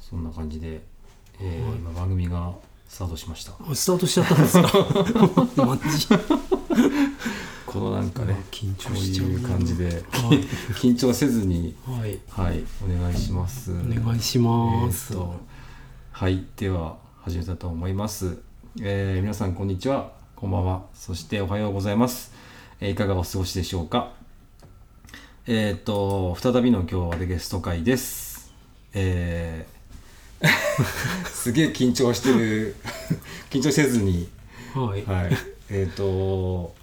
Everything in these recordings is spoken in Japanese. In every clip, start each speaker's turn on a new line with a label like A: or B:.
A: そんな感じで、えー今番組がスタートしました
B: スタートしちゃったんです かマジ
A: このなんかね
B: 緊
A: こ
B: 張
A: う
B: しちゃう
A: いう感じで
B: はい、
A: 緊張せずに
B: はい、
A: はいお願いしますお
B: お願いします、
A: えーとはいでは始めたと思います、えー皆さんこんにちはこんばんはそしておはようございます、えーいかがお過ごしでしょうかえっ、と再びの今日はでゲスト会ですえ ーすげえ緊張してる緊張せずに
B: はい、
A: はいえっ、とこ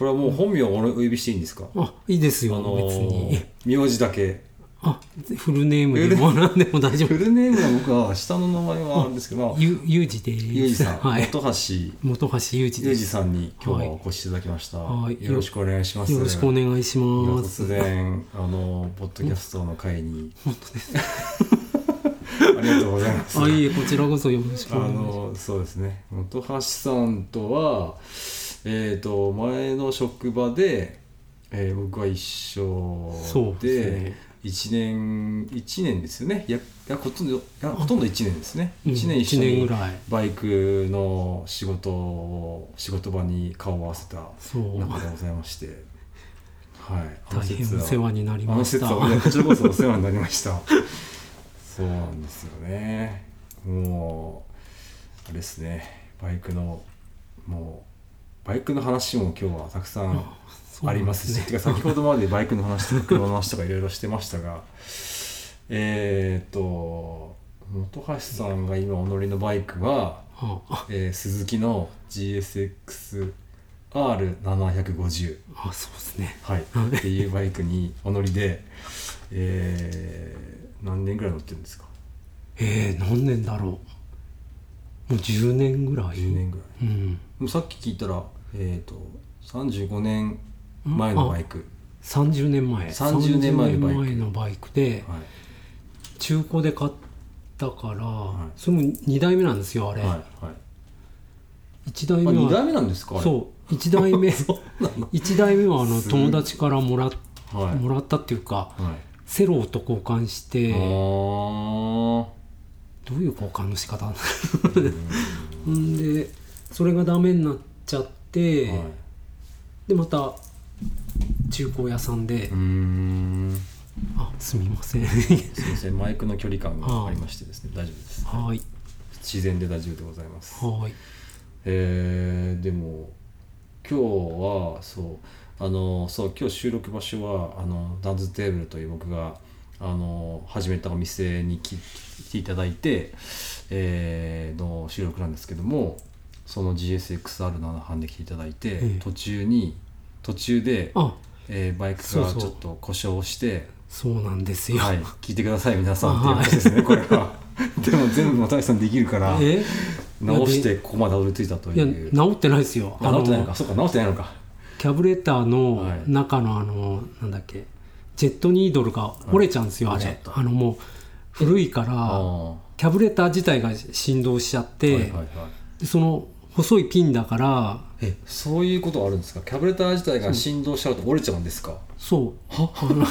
A: れはもう本名をお呼びしていいんですか、
B: あいいですよ、
A: あのー
B: 別に
A: 名字だけ
B: あフルネームでも何でも大丈
A: フ
B: 夫
A: ルネームは僕は下の名前はあるんですけど、まあ
B: ゆゆうじです
A: ゆうじさん、
B: はい
A: 本橋
B: 本橋ゆうじ
A: ゆう
B: で
A: じ
B: す
A: さんに今日はお越しいただきました、
B: はい
A: よろしくお願いします
B: よろしくお願いし
A: 今
B: ます
A: 突然あのポッドキャストの会に
B: 本当です
A: ありがとうございます
B: あいえこちらこそよろしく
A: あ
B: お願いします
A: のそうですね本橋さんとはえっ、と前の職場で、えー僕は一
B: そ
A: 緒
B: う
A: で
B: ですね
A: 一年一年ですよねいやいやほとんどいやほとんど一年ですね
B: うん
A: 一年一緒
B: 一年
A: に
B: ぐらい
A: バイクの仕事を仕事場に顔を合わせた
B: そう
A: 中でございましてはいあの
B: 大
A: 節
B: 変お
A: は
B: 世話になり
A: あの
B: まし
A: 説
B: た
A: はねこちらこそお世話になりました そうなんですよねもうあれですねバイクのもうバイクの話も今日はたくさんありますし、てか先ほどまでバイクの話 とか車の話とかいろいろしてましたがえーっと本橋さんが今お乗りのバイクは、
B: ああ
A: えースズキの GSX-R750
B: あそうですね
A: はい、っていうバイクにお乗りで、えー何年ぐらい乗ってるんですか
B: えー、何年だろうもう10年ぐらい
A: 10年ぐらいで
B: うん
A: もさっき聞いたら、えー、と35年前のバイク、
B: 30年前
A: 30年前のバイク
B: 30年前のバイクで
A: はい
B: 中古で買ったから、
A: い
B: それも2代目なんですよあれ、
A: はいはい
B: 一1代
A: あ
B: 目
A: 2代
B: は
A: 目なんですかあれ
B: そう1 代目
A: うなの
B: 一代目はあの
A: すごい
B: 友達からもら,、
A: はい
B: もらったっていうか
A: はい
B: セローと交換して
A: あー
B: どういう交換の仕方ん でそれがダメになっちゃって、
A: はい
B: でまた中古屋さんで、
A: うーん
B: あすみません
A: すいませんマイクの距離感がありましてですね大丈夫です
B: はい
A: 自然で大丈夫でございます
B: はい
A: えーでも今日はそうあのそう今日収録場所はあのダンズテーブルという僕があの始めたお店に来来ていただいて、えーの収録なんですけどもその GSXR7 班で来ていただいて、
B: ええ
A: 途中に途中で、
B: あ
A: えーバイク
B: そう
A: が
B: そう
A: ちょっと故障して
B: そうなんですよ、
A: はい、聞いてください皆さんっていう
B: はい
A: 話ですね、これは。 でも全部又吉さんできるから
B: え
A: 直してここまでたどり着いたと
B: い
A: い
B: や
A: う。
B: 治ってないですよ
A: あ直ってないの
B: あ
A: か
B: の
A: そうか直ってないのか
B: キャブレターの
A: はい
B: 中のあの、なんだっけジェットニードルが折れちゃうんですよ、
A: はい
B: あ
A: 折れ
B: れ
A: ちゃった
B: あのもう古いか
A: ああ
B: ら
A: は
B: キャブレター自体が振動しちゃって、
A: いはいはい
B: でその細いピンだから
A: えそういうことあるんですかキャブレター自体が振動しちゃうと折れちゃうんですか
B: そうあのも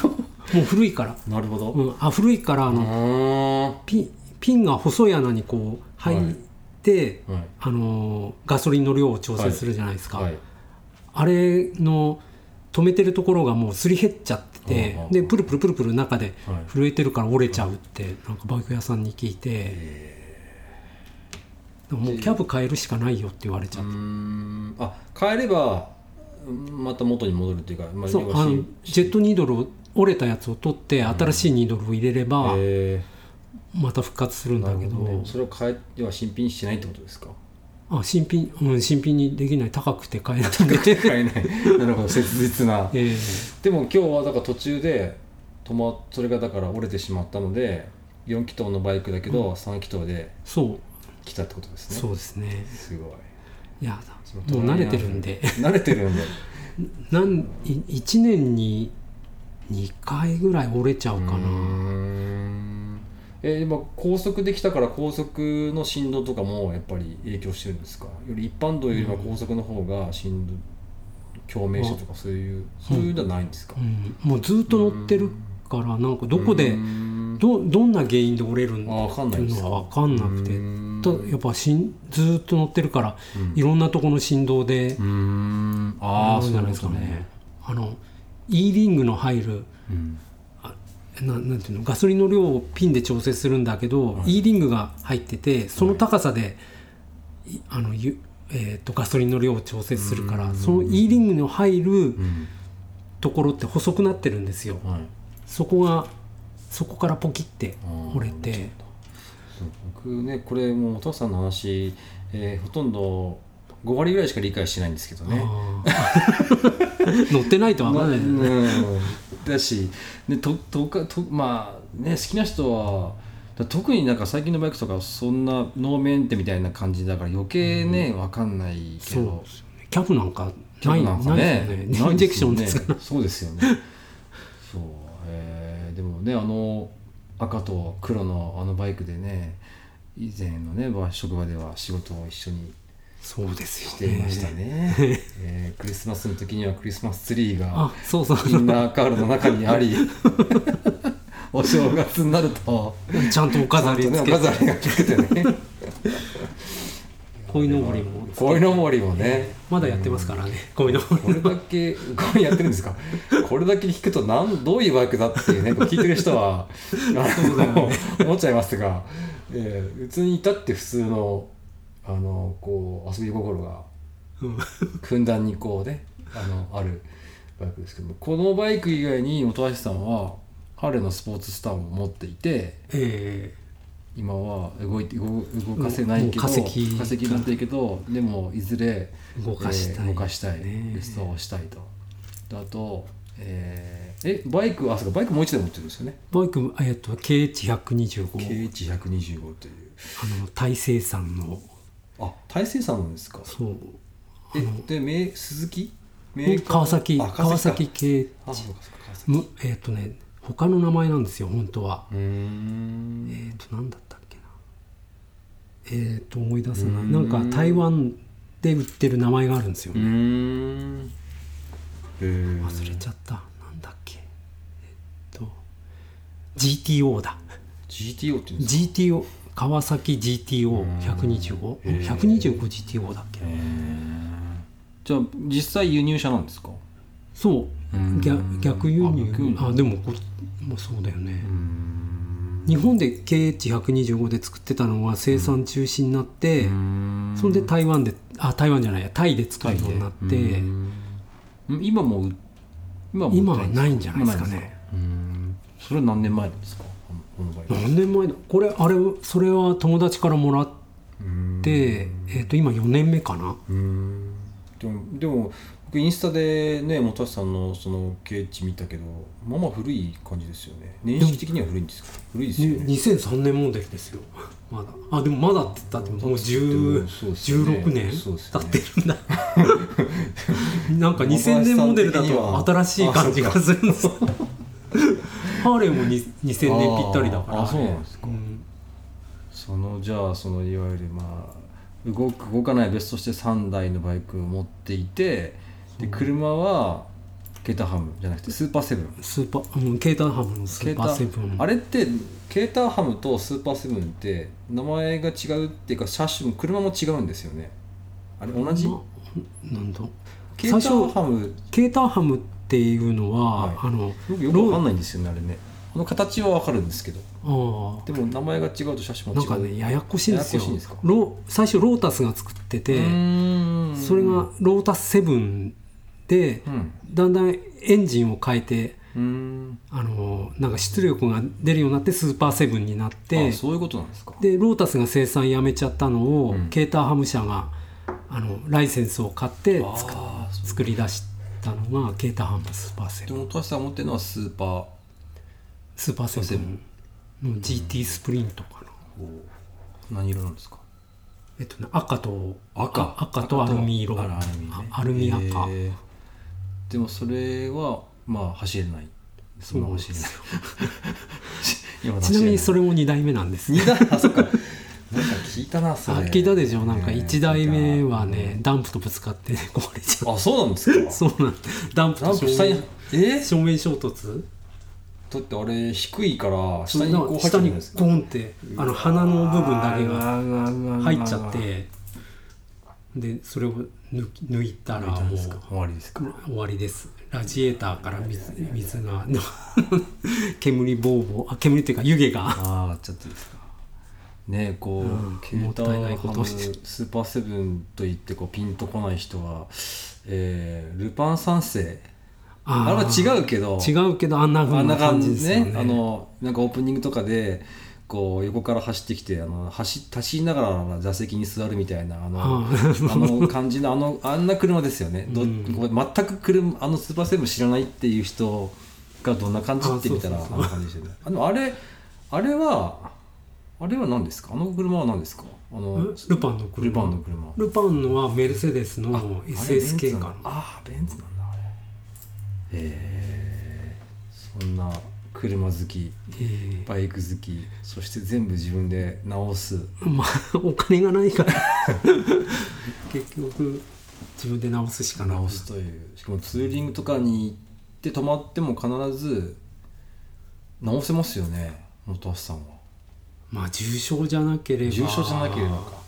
B: う古いから、
A: なるほど
B: うん、あ古いからあ
A: う
B: の、
A: ーんは
B: ピンピンが細い穴にこう入って、
A: い
B: あのガソリンの量を調整するじゃないですか、
A: はい
B: あれの止めてるところがもうすり減っちゃってて
A: うんうんうん
B: でプルプルプルプル中で
A: はい
B: 震えてるから折れちゃうってなんかバイク屋さんに聞いてでももうキャブ変えるしかないよって言われちゃ
A: う
B: っ
A: ーんあ変えればうんまた元に戻るっていうかまあ
B: てそうあのジェットニードルを折れたやつを取って新しいニードルを入れれば
A: え
B: また復活する
A: ー、
B: ん
A: な
B: だ
A: る
B: け
A: ほどね
B: ど
A: それを変えては新品にしないってことですか
B: あ新品うん新品にできない高くて買えなくて
A: 変えないなるほど切実な
B: ええ
A: でも今日はだから途中で止まそれがだから折れてしまったので4気筒のバイクだけど3気筒で
B: そう
A: 来たってことですね
B: そうですね
A: すごい
B: いや
A: その
B: もう慣れてるんで
A: 慣れてるんで
B: なん1年に2回ぐらい折れちゃう
A: う
B: か
A: ー
B: な、
A: んえ今高速できたから高速の振動とかもやっぱり影響してるんですかより一般道よりは高速の方が振動共鳴したとかそういうそういうのはないんですか
B: うんもうずっと乗ってるからなんかどこで
A: うーん
B: どどんな原因で折れるん
A: あ
B: っ
A: 分かん
B: て
A: ない
B: い
A: んです
B: うのは分かんなくてとやっ
A: ぱ
B: ぱしんずーっと乗ってるから、いろんなとこの振動で
A: うーんああ
B: な
A: そう
B: る
A: ん
B: じゃない
A: で
B: ですす
A: か
B: か
A: ね
B: ね。あの E リングの入る
A: うん
B: ななんていうのガソリンの量をピンで調整するんだけど、
A: はい
B: E リングが入っててその高さで、いあのゆえー、とガソリンの量を調整するからその E リングの入る
A: うん
B: ところって細くなってるんですよ。
A: はい
B: そこがそこからポキって折れ
A: あーな
B: て
A: るそう僕ねこれもうお父さんの話、えーほとんど5割ぐらいしか理解してないんですけどね
B: あー 乗ってないと分からないですね。
A: うんだしでととかとまあね好きな人はだ特になんか最近のバイクとかそんなノーメンテみたいな感じだから余計ね、わかんないけ
B: そう
A: ど
B: ですよねキャブなんか
A: キ
B: な
A: ャ
B: い
A: ブなんか
B: ない
A: ね
B: ですよね。インジェクションですから。
A: ねそうですよねそう、えーでもねあの赤と黒のあのバイクでね以前のねまあ職場では仕事を一緒に
B: そうですよね。
A: していました ね、えークリスマスの時にはクリスマスツリーが
B: あそうそう
A: インナーカールの中にありお正月になると
B: ちゃんとお飾り
A: ちゃんとね
B: つけ
A: お
B: て、
A: 飾りがつけてね
B: 鯉のぼりもつけて
A: 鯉のぼりもね
B: まだやってますからね鯉のぼり
A: これだけこれやってるんですかこれだけ聞くとなんどういうバイクだっていうねこう聞いてる人は
B: うだよね
A: あの思っちゃいますが、えー、普通にいたって普通のあのこう遊び心が
B: うん
A: ふんだんにこうねあのあるバイクですけどもこのバイク以外に本橋さんは彼のスポーツスターも持っていて
B: え
A: 今は動いて動動かせないけど
B: もう化石
A: 化石になってるけどでもいずれ
B: ー動かしたい、
A: えー動かしたい
B: ね
A: レストアをしたいとであとえーえバイクあそうかバイクもう一台持ってるんですよね
B: バイクえっと KH125
A: KH125 という
B: あの大成さんの
A: あ大成さんなんですか
B: そう
A: えで名鈴木メ
B: もう川崎
A: あ
B: 川崎
A: か
B: 系
A: あそうかそうか川崎
B: むえっ、とね他の名前なんですよ本当は、
A: うーん
B: えっ、となんだったっけなえっ、と思い出せな
A: う
B: い
A: ん
B: なんか台湾で売ってる名前があるんですよ
A: うー
B: ね、
A: んえー
B: 忘れちゃったなんだっけえっと GTO だ
A: GTO って言うんですか
B: GTO 川崎
A: うん
B: GTO125?125GTO だっけ
A: えじゃあ実際輸入車なんですか
B: そう
A: うん
B: 逆逆輸
A: あ逆輸
B: 入
A: 入
B: あでもこまあそうだよね
A: ん
B: 日本で KH125 で作ってたのが生産中止になってそれで台湾であ台湾じゃないやタイで作るようになって
A: うん今もう今もう
B: 今はないんじゃないですかね
A: 今ないんですかうんそれは何年前なんですかこのこの場合
B: 何年前だこれあれそれは友達からもらっ
A: うん
B: てえっと今4年目かな
A: うんでもでも僕インスタでね本橋さんのそのケーチ見たけどまあまあ古い感じですよね年式的には古いんですか古いですよね
B: 2003年モデルですよ まだあでもまだって言ったってもう10
A: そうですよね
B: 16年
A: そうですよね
B: 経ってるんだなんか2000年モデルだと新しい感じがするん ですハーレーもに2000年ぴったりだから
A: あーあそうなんですか
B: うん
A: そのじゃあそのいわゆるまあ動く動かない別として3台のバイクを持っていてで車はケータハムじゃなくてスーパーセブン
B: スーパー、うん、ケーターハムのスーパーセブン
A: あれってケータハムとスーパーセブンって名前が違うっていうか車種も車も違うんですよねあれ同じ
B: まなんだ
A: ケ
B: 最
A: ータ
B: 初
A: ハム
B: ケーターハムっていうのは、
A: はい
B: あの
A: よくよくわかんないんですよねあれねあの形はわかるんですけど
B: ああ
A: でも名前が違うと車種も
B: な
A: 違
B: ん
A: う
B: かねややこしいんですよ
A: ややこしいんですか
B: ロー最初ロータスが作って
A: う
B: て
A: ーん
B: それがロータス7で
A: うん
B: だんだんエンジンを変えて
A: うーん
B: あのなんか出力が出るようになってスーパーセブンになって
A: あそういうことなんですか
B: でロータスが生産やめちゃったのを、
A: うん
B: ケーターハム社があのライセンスを買って作
A: あーそう
B: 作り出したのがケーターハムスーパーセ
A: で
B: ブン
A: もトシさんが持ってるのはスーパー
B: スーパーセ
A: セ
B: ブ
A: ブ
B: ン
A: ン
B: の GT スプリントかな、
A: 何色なんですか
B: えっとね赤と
A: 赤
B: あ赤とアルミ色
A: あらアルミ,、ね
B: あアルミ赤
A: へーでもそれはまあ走れない
B: そうなんですよ
A: 今
B: ちなみにそ
A: れ
B: れも2代目なんですね
A: 2台あそっかなんか聞いたなそれ
B: あ聞いたでしょなんか
A: ねえ
B: 1台目はねダンプとぶつかって、ね、壊れちゃ
A: あそうなんですか
B: うそうなんダンプ
A: ダ
B: と
A: ンプ下に
B: 正面
A: えー、
B: 正面衝突
A: だってあれ低いから下に
B: な
A: こう入っちゃ
B: 下
A: うんじ
B: に
A: ゃないです
B: ゴ
A: か
B: ンってあの鼻の部分だけが
A: が
B: 入っちゃってでそれを抜き抜いたらもう
A: 終わりですか
B: 終わりですラジエーターから水水が 煙ぼうぼうあ煙っていうか湯気が
A: ああちょっとですかねえこう、
B: うん
A: ケータ
B: もったい
A: ー
B: ない
A: ハ
B: こ
A: ム
B: とをして
A: スーパーセブンと言ってこうピンとこない人は、えールパン三世あれは違うけど
B: 違うけどあんな風
A: あんな
B: な感
A: 感
B: じ
A: じです
B: で
A: す
B: よ
A: ね
B: ね
A: あのなんかオープニングとかでこう横から走ってきてあの走走りながら座席に座るみたいなあの
B: あ
A: あの感じのあのあんな車ですよね、ど
B: うん
A: これ全く車あのスーパーセブン知らないっていう人がどんな感じって見たら
B: あ
A: あ
B: そうそうそうん
A: な感じでしたねあのあれあれはあれは何ですかあの車は何ですかあの
B: んルパンの車
A: ルパンの車
B: ルパンのはメルセデスの SSK かな
A: あれベンツなんだあーベンツなんだあれへえそんな車好き
B: え
A: バイク好きそして全部自分で直す
B: えまあ お金がないから結局自分で直すしかない
A: 直すというしかもツーリングとかに行って泊まっても必ず直せますよね本橋さんは
B: まあ重症じゃなければ
A: 重症じゃなければか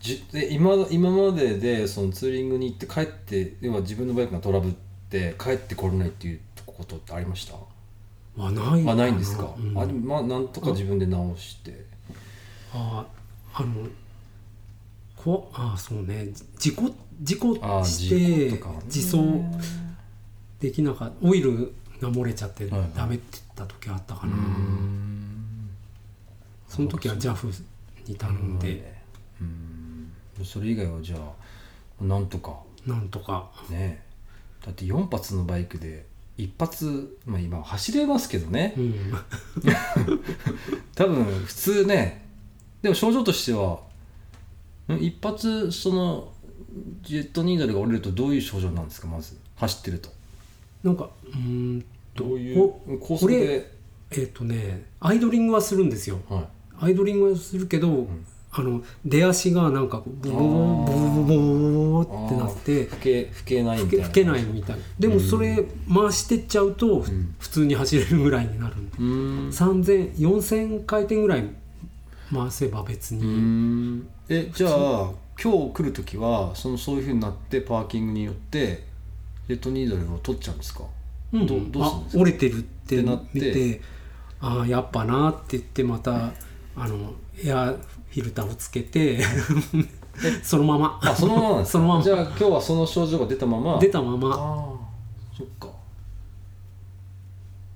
A: じゅで今今まででそのツーリングに行って帰って要は自分のバイクがトラブって帰ってこれないっていうことってありました
B: はない
A: あないんですか、
B: うん
A: あまあなんとか自分で直して
B: ああのこあそうね事故事故
A: あ
B: し
A: 事故
B: て
A: とかね
B: 自走できなかったオイルが漏れちゃって
A: はいはい
B: ダメって言った時あったか
A: う
B: な、
A: ん
B: その時は JAF に頼んで、
A: うんそれ以外はじゃあなんとか
B: なんとか
A: ねだって4発のバイクで1発、まあ、今走れますけどね
B: うん
A: 多分普通ねでも症状としてはん一発そのジェットニードルが折れるとどういう症状なんですかまず走ってると
B: なんかうーんと
A: どうい
B: お
A: う高速で、
B: えっ、とねアイドリングはするんですよ
A: は
B: アイドリングはするけど、
A: ん
B: あの出足がなんかこうブブブブブブブブってなって
A: い、吹け吹けないみたい
B: 吹け
A: な
B: 吹けないみたいでもそれ回してっちゃうと、ふ
A: ん
B: 普通に走れるぐらいになるんで、
A: うーん
B: 30004000回転ぐらい回せば別
A: う
B: に、
A: ーんえじゃあ今日来る時はそのそういうふうになってパーキングによってジェットニードルを取っちゃうんですか
B: うん
A: どどうするん
B: あ
A: ですか
B: 折れてるって
A: ってな
B: な
A: って
B: 見てああやっぱなって言ってまたあのエアフィルターをつけてそのまま
A: あそのままなんですか
B: そのまま
A: じゃあ今日はその症状が出たまま
B: 出たま
A: あ
B: ま
A: あそっか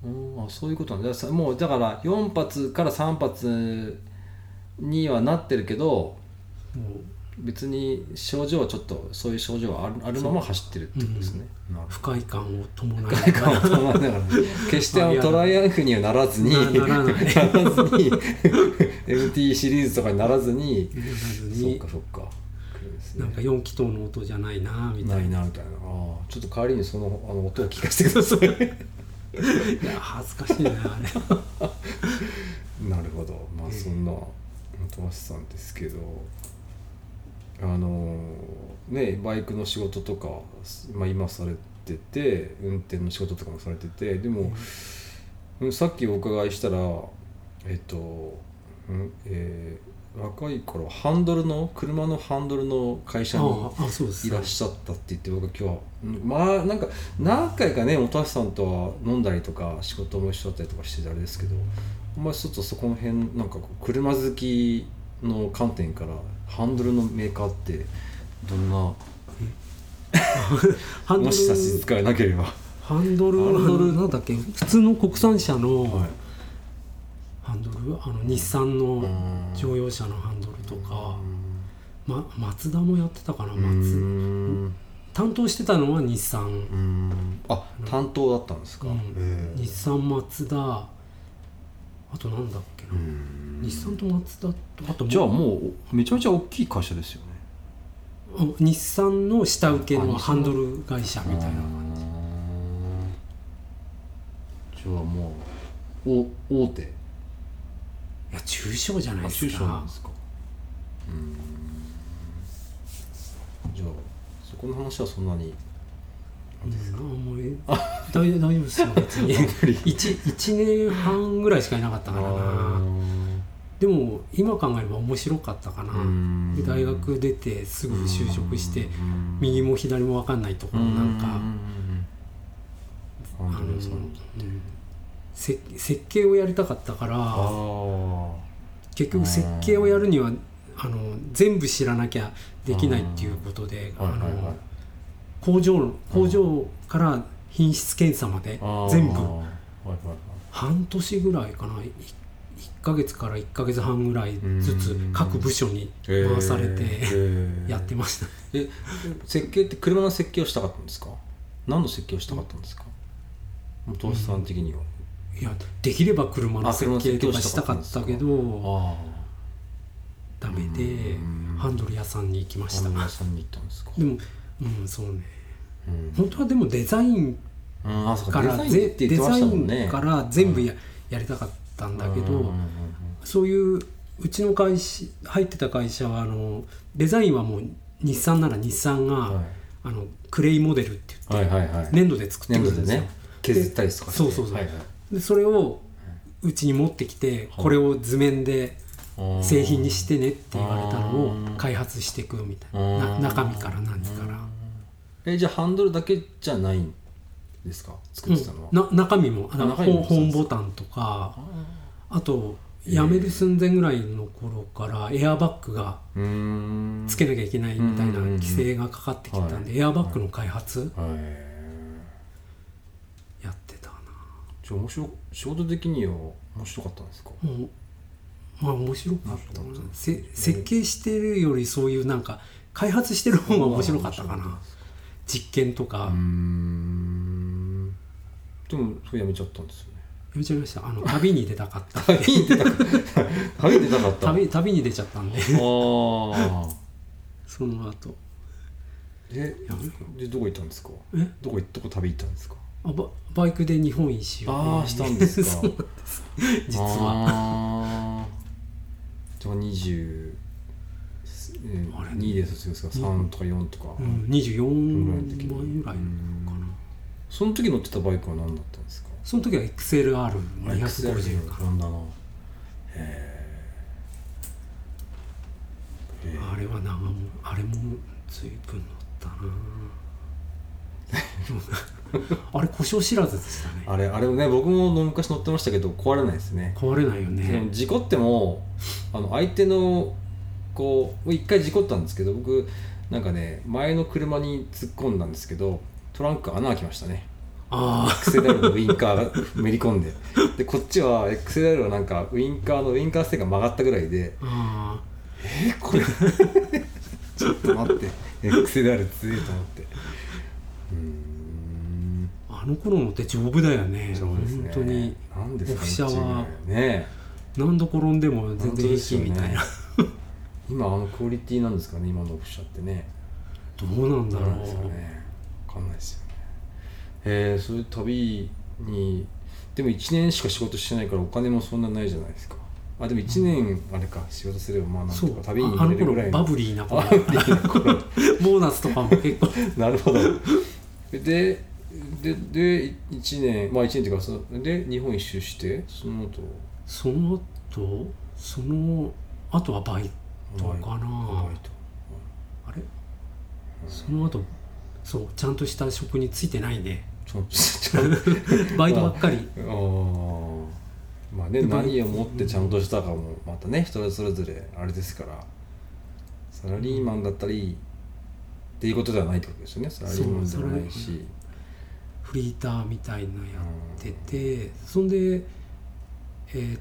A: うんあそういうことなんださもうだから4発から3発にはなってるけど
B: もう
A: 別に症状はちょっとそういう症状はあるあるまま走ってるってことですね、なるほど
B: 不快感を伴う
A: 外 観を伴いながら決してあのトライアンフにはならずに
B: なならない
A: らずに MT シリーズとかにならずに
B: ならず
A: そっ
B: に
A: かそっか来るんですね
B: なんか4気筒の音じゃないなみたいな
A: ないなみたいなあーちょっと代わりにそのあの音を聞かせてください
B: いや恥ずかし いなあれ
A: なるほどまあそんな本橋さんですけどあのーねバイクの仕事とか、まあ、今されてて運転の仕事とかもされててでも、うんさっきお伺いしたらえっと、うんえー若い頃ハンドルの車のハンドルの会社に
B: ああそうです
A: いらっしゃったって言って僕今日うんまあなんか何回かね本橋さんとは飲んだりとか仕事も一緒だったりとかしててあれですけどあんまりちょっとそこの辺なんかこう車好きの観点からハンドルのメーカーってどんな
B: ハンド
A: もし差し
B: ル
A: 支えなければ、
B: ハンドル
A: ハンドル
B: なんだっけ普通の国産車の
A: はい
B: ハンドル、あの日産の
A: うん
B: 乗用車のハンドルとか
A: う、ん
B: ま、松田もやってたかな
A: う
B: 松
A: ん
B: 担当してたのは日産
A: うんあ担当だったんですか、
B: うん
A: へ
B: 日
A: え
B: 産松田あとなんだっけな、
A: うん
B: 日産と松田とあともう
A: じゃあもうおめちゃめちゃ大きい会社ですよね
B: あ日産の下請け
A: あ日
B: の
A: 産
B: ハンドル会社みたいな感じ
A: じゃあもうお大手
B: いや中小じゃないです
A: 中小な
B: か
A: んですかうーんじゃあそこの話はそんなに感じですか、
B: うんもうえ大丈夫大丈 夫ですよ別に 1, 1年半ぐらいしかいなかったからなでも今考えれば面白かったかな
A: うん
B: で大学出てすぐ就職して
A: うん
B: 右も左も分かんないところなんか
A: うんう
B: あ
A: ん
B: の、
A: う
B: うん
A: うんうんそうなんだ
B: ん、設設計をやりたかったから
A: あ
B: 結局設計をやるにはあの全部知らなきゃできないっていうことで
A: あ
B: あ
A: はいはいはい
B: の工場工場から品質検査まで
A: あー
B: 全部
A: はいはいはい
B: 半年ぐらいかな1ヶ月から1ヶ月半ぐらいずつ
A: うん
B: 各部署に
A: えー
B: 回されて、
A: えー
B: やってました
A: え設計って車の設計をしたかったんですか何の設計をしたかったんですか投資さん的には、
B: いやできれば車の
A: あ車
B: 設
A: の
B: 計
A: 設計
B: と
A: を
B: かし
A: した
B: た
A: か
B: か
A: ったんで
B: っ
A: すか
B: たけど
A: あ
B: ダメで
A: うん
B: ハンドル屋さんに行きま
A: あ
B: した
A: 花
B: で
A: 村さんに行ったんですか
B: もうんそうね
A: うん
B: 本当はでもデザイン
A: うんあそう
B: か
A: からデザイン
B: ぜ
A: って
B: デ
A: 言ってま
B: ザ
A: し
B: イ
A: たもん
B: ン
A: ね
B: から全部や,、やりたかったんだけど、
A: うんうんうん
B: そういううちの会社入ってた会社はあのデザインはもう日産なら日産が、
A: はい
B: あのクレイモデルって
A: うん
B: 言
A: は
B: っ
A: い
B: て、
A: はいはい
B: 粘土で作って
A: 粘
B: くる
A: 土で
B: んで
A: す
B: よ、
A: ね削ったりとかして
B: そうそうそう
A: はいはい
B: でそれをうちに持ってきて、これを図面で
A: あー
B: 製品にしてねって言われた
A: あ
B: の
A: ー
B: を開発していくみたい
A: あ
B: なな
A: ー
B: 中身から何から、
A: えじゃあハンドルだけじゃないんですか作ってたのは、
B: な中身もあの
A: 中身も
B: ホーホーンボタンとかあと辞める寸前ぐらいの頃からエアバッグが
A: うーん
B: つけなきゃいけないみたいな
A: うんうんうんうん
B: 規制がかかってきてたんで、エアバッグの開発
A: はい
B: やってたな、
A: じゃあ面白仕事的には面白かったんですか
B: もうまあ面白かった
A: 面
B: な
A: 白かった
B: せ設計してるよりそういうなんか開発してる方が 面白かったか
A: 面白
B: な
A: です
B: 実験とか
A: うーんでもそれやめちゃったんですよね
B: やめちゃいましたあの旅に出たかった
A: 旅に出たか旅に出たかった
B: 旅旅に出ちゃったんで
A: ああ
B: その後
A: え
B: やめろ
A: でどこ行ったんですか
B: え
A: どこ行どこ旅行ったんですか
B: あババイクで日本一周
A: あーしたんですか
B: そうなんです実は
A: はじゃあ20うん
B: あれ
A: 2で卒業ですか3とか4とか
B: うん、
A: そ
B: 24
A: のぐらい
B: 万
A: の時
B: ぐらいか
A: う
B: なん
A: その時乗ってたバイクは何だったんですか
B: その時は XLR250 か
A: なんだなへえ
B: なあれは長もあれも随分乗ったなでも あれ故障知らずでしたね
A: あれあれをね僕も昔乗ってましたけど壊れないですね
B: 壊れないよ
A: でも
B: ね
A: 事故ってもあの相手のこう一回事故ったんですけど僕なんかね前の車に突っ込んだんですけどトランク穴開きましたね
B: あ
A: XLR のウインカーがめり込んででこっちは XLR はなんかウインカーのウインカーステが曲がったぐらいで
B: ーあ
A: えこれちょっと待って XLR 強いと思ってうーん
B: ーあの頃のって丈夫だよね
A: そうですね
B: 本当に
A: なんですか
B: オフ車は
A: ねね
B: 何度転んでも全然平気みたいな、
A: 本今あのクオリティなんですかね今のオフ車ってね
B: どうなんだ
A: どう
B: ろう
A: なんですかね分かんないですよねえー、そういう旅にでも1年しか仕事してないからお金もそんなないじゃないですかあでも1年あれか仕事すればまあなん
B: そ
A: と
B: う
A: か
B: あ
A: 旅に
B: あ
A: 行
B: の
A: れる
B: 頃
A: ぐらい
B: バ
A: の
B: ブリーな頃
A: バブリ ーな頃
B: ボーナスとかも結構
A: なるほどででで1年まあ1年っていうかそので日本一周してその後
B: その後その後はバイト
A: バイバ
B: かな
A: イト
B: あれその後そうちゃんとした職についてないね
A: ちょちょっと
B: バイトばっかり
A: あーまあね
B: やっぱり
A: 何をもってちゃんとしたかもまたね人それぞれあれですからサラリーマンだったりっていうことではないってことですよねサラリーマンで
B: そう
A: もないし
B: フリーターみたいなやっててそんでえーっ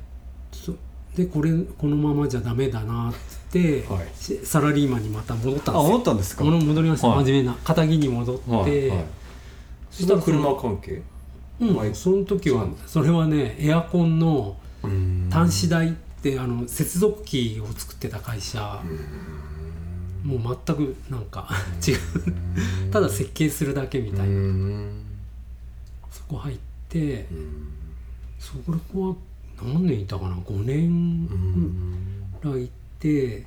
B: とでこれこのままじゃダメだなって、
A: はい
B: しサラリーマンにまた戻ったんですよ
A: ったんです
B: もの戻りました、
A: はい
B: 真面目な肩着に戻って、
A: はいはい
B: そ
A: そ
B: し
A: したた
B: ら
A: ら
B: その
A: 車関係
B: う
A: バイ
B: ん、
A: ト
B: その時はそれはねエアコンの端子台ってあの接続機を作ってた会社もう全くなんか違うただ設計するだけみた
A: う
B: いなんそこ入って
A: うん
B: そこは何年いたかな5
A: う
B: 年
A: ん
B: ぐらいいて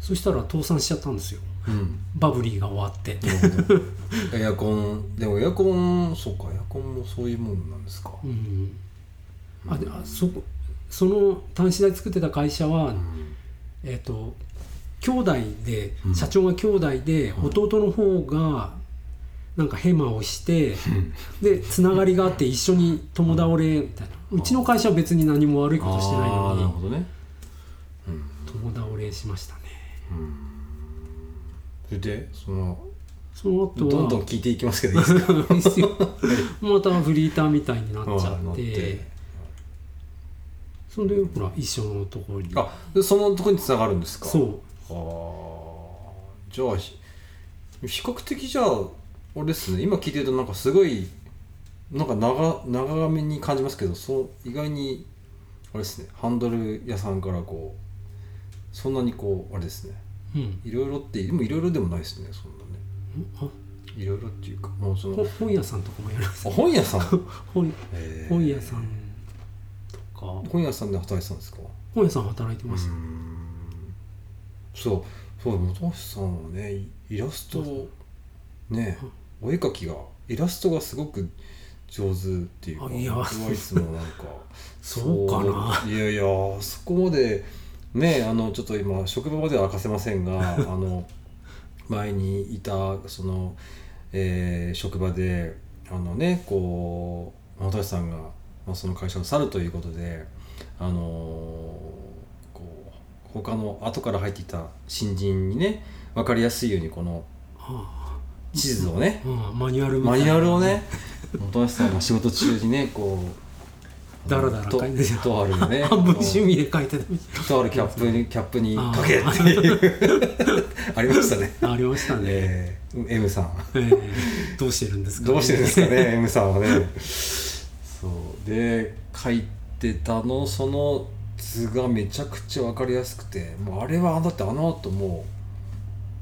B: そしたら倒産しちゃったんですよ
A: うん
B: バブリーが終わって
A: なるほどエアコンでもエアコンそうかエアコンもそういうもんなんですか
B: うんあであそこその単子台作ってた会社は、
A: うん
B: えっ、と兄弟で、
A: うん
B: 社長が兄弟で、弟の方がなんかヘマをして、でつながりがあって一緒に共倒れみたいな、うちの会社は別に何も悪いことしてない
A: あーなる
B: の
A: ほどね
B: に共倒れしましたね
A: それでその
B: その後
A: ど
B: は
A: んどん聞いていきますけどいい ですか
B: またフリーターみたいになっちゃ
A: うん乗
B: っ
A: ってて
B: それでほら一緒のところに
A: あでそのとこに繋がるんですか
B: そう
A: あーじゃあひ比較的じゃああれですね今聞いてるとなんかすごいなんか長長めに感じますけどそう意外にあれですねハンドル屋さんからこうそんなにこうあれですね
B: うん
A: いろいろってでもいろいろでもないですねそんなね
B: あ
A: いろいろっていうかもうそ
B: ほ
A: の
B: 本屋さんとかもやります
A: あ本屋さん
B: 本
A: へー
B: 本屋さんとか
A: 本屋さんで働いてたんですか
B: 本屋さん働いてました、
A: そうそう本橋さんはねイイラストねお絵描きがイラストがすごく上手っていうか
B: あいや
A: 僕はいつもなんか
B: そうかな
A: そういやいやそこまでねあのちょっと今職場までは明かせません があの前にいたその、えー職場であのねこう本橋さんが、まあ、その会社を去るということであのーこう他の後から入っていた新人にね分かりやすいようにこの
B: は
A: 地図をね
B: あうん、マニュアルみた
A: マ
B: いな
A: ニュアルをね 本橋さんが仕事中にねこう
B: だらだら
A: と
B: 書いてる
A: とあるね
B: 半分趣味で書いてたみたい
A: とあるキャップにキャップにかけっていう ありましたね、
B: なありましたね、え
A: えー、M さん
B: えどうしてるんですかね、
A: どうしてるんですか ね M さんはねそうで書いてたのその図がめちゃくちゃ分かりやすくてもうあれはだってあの後も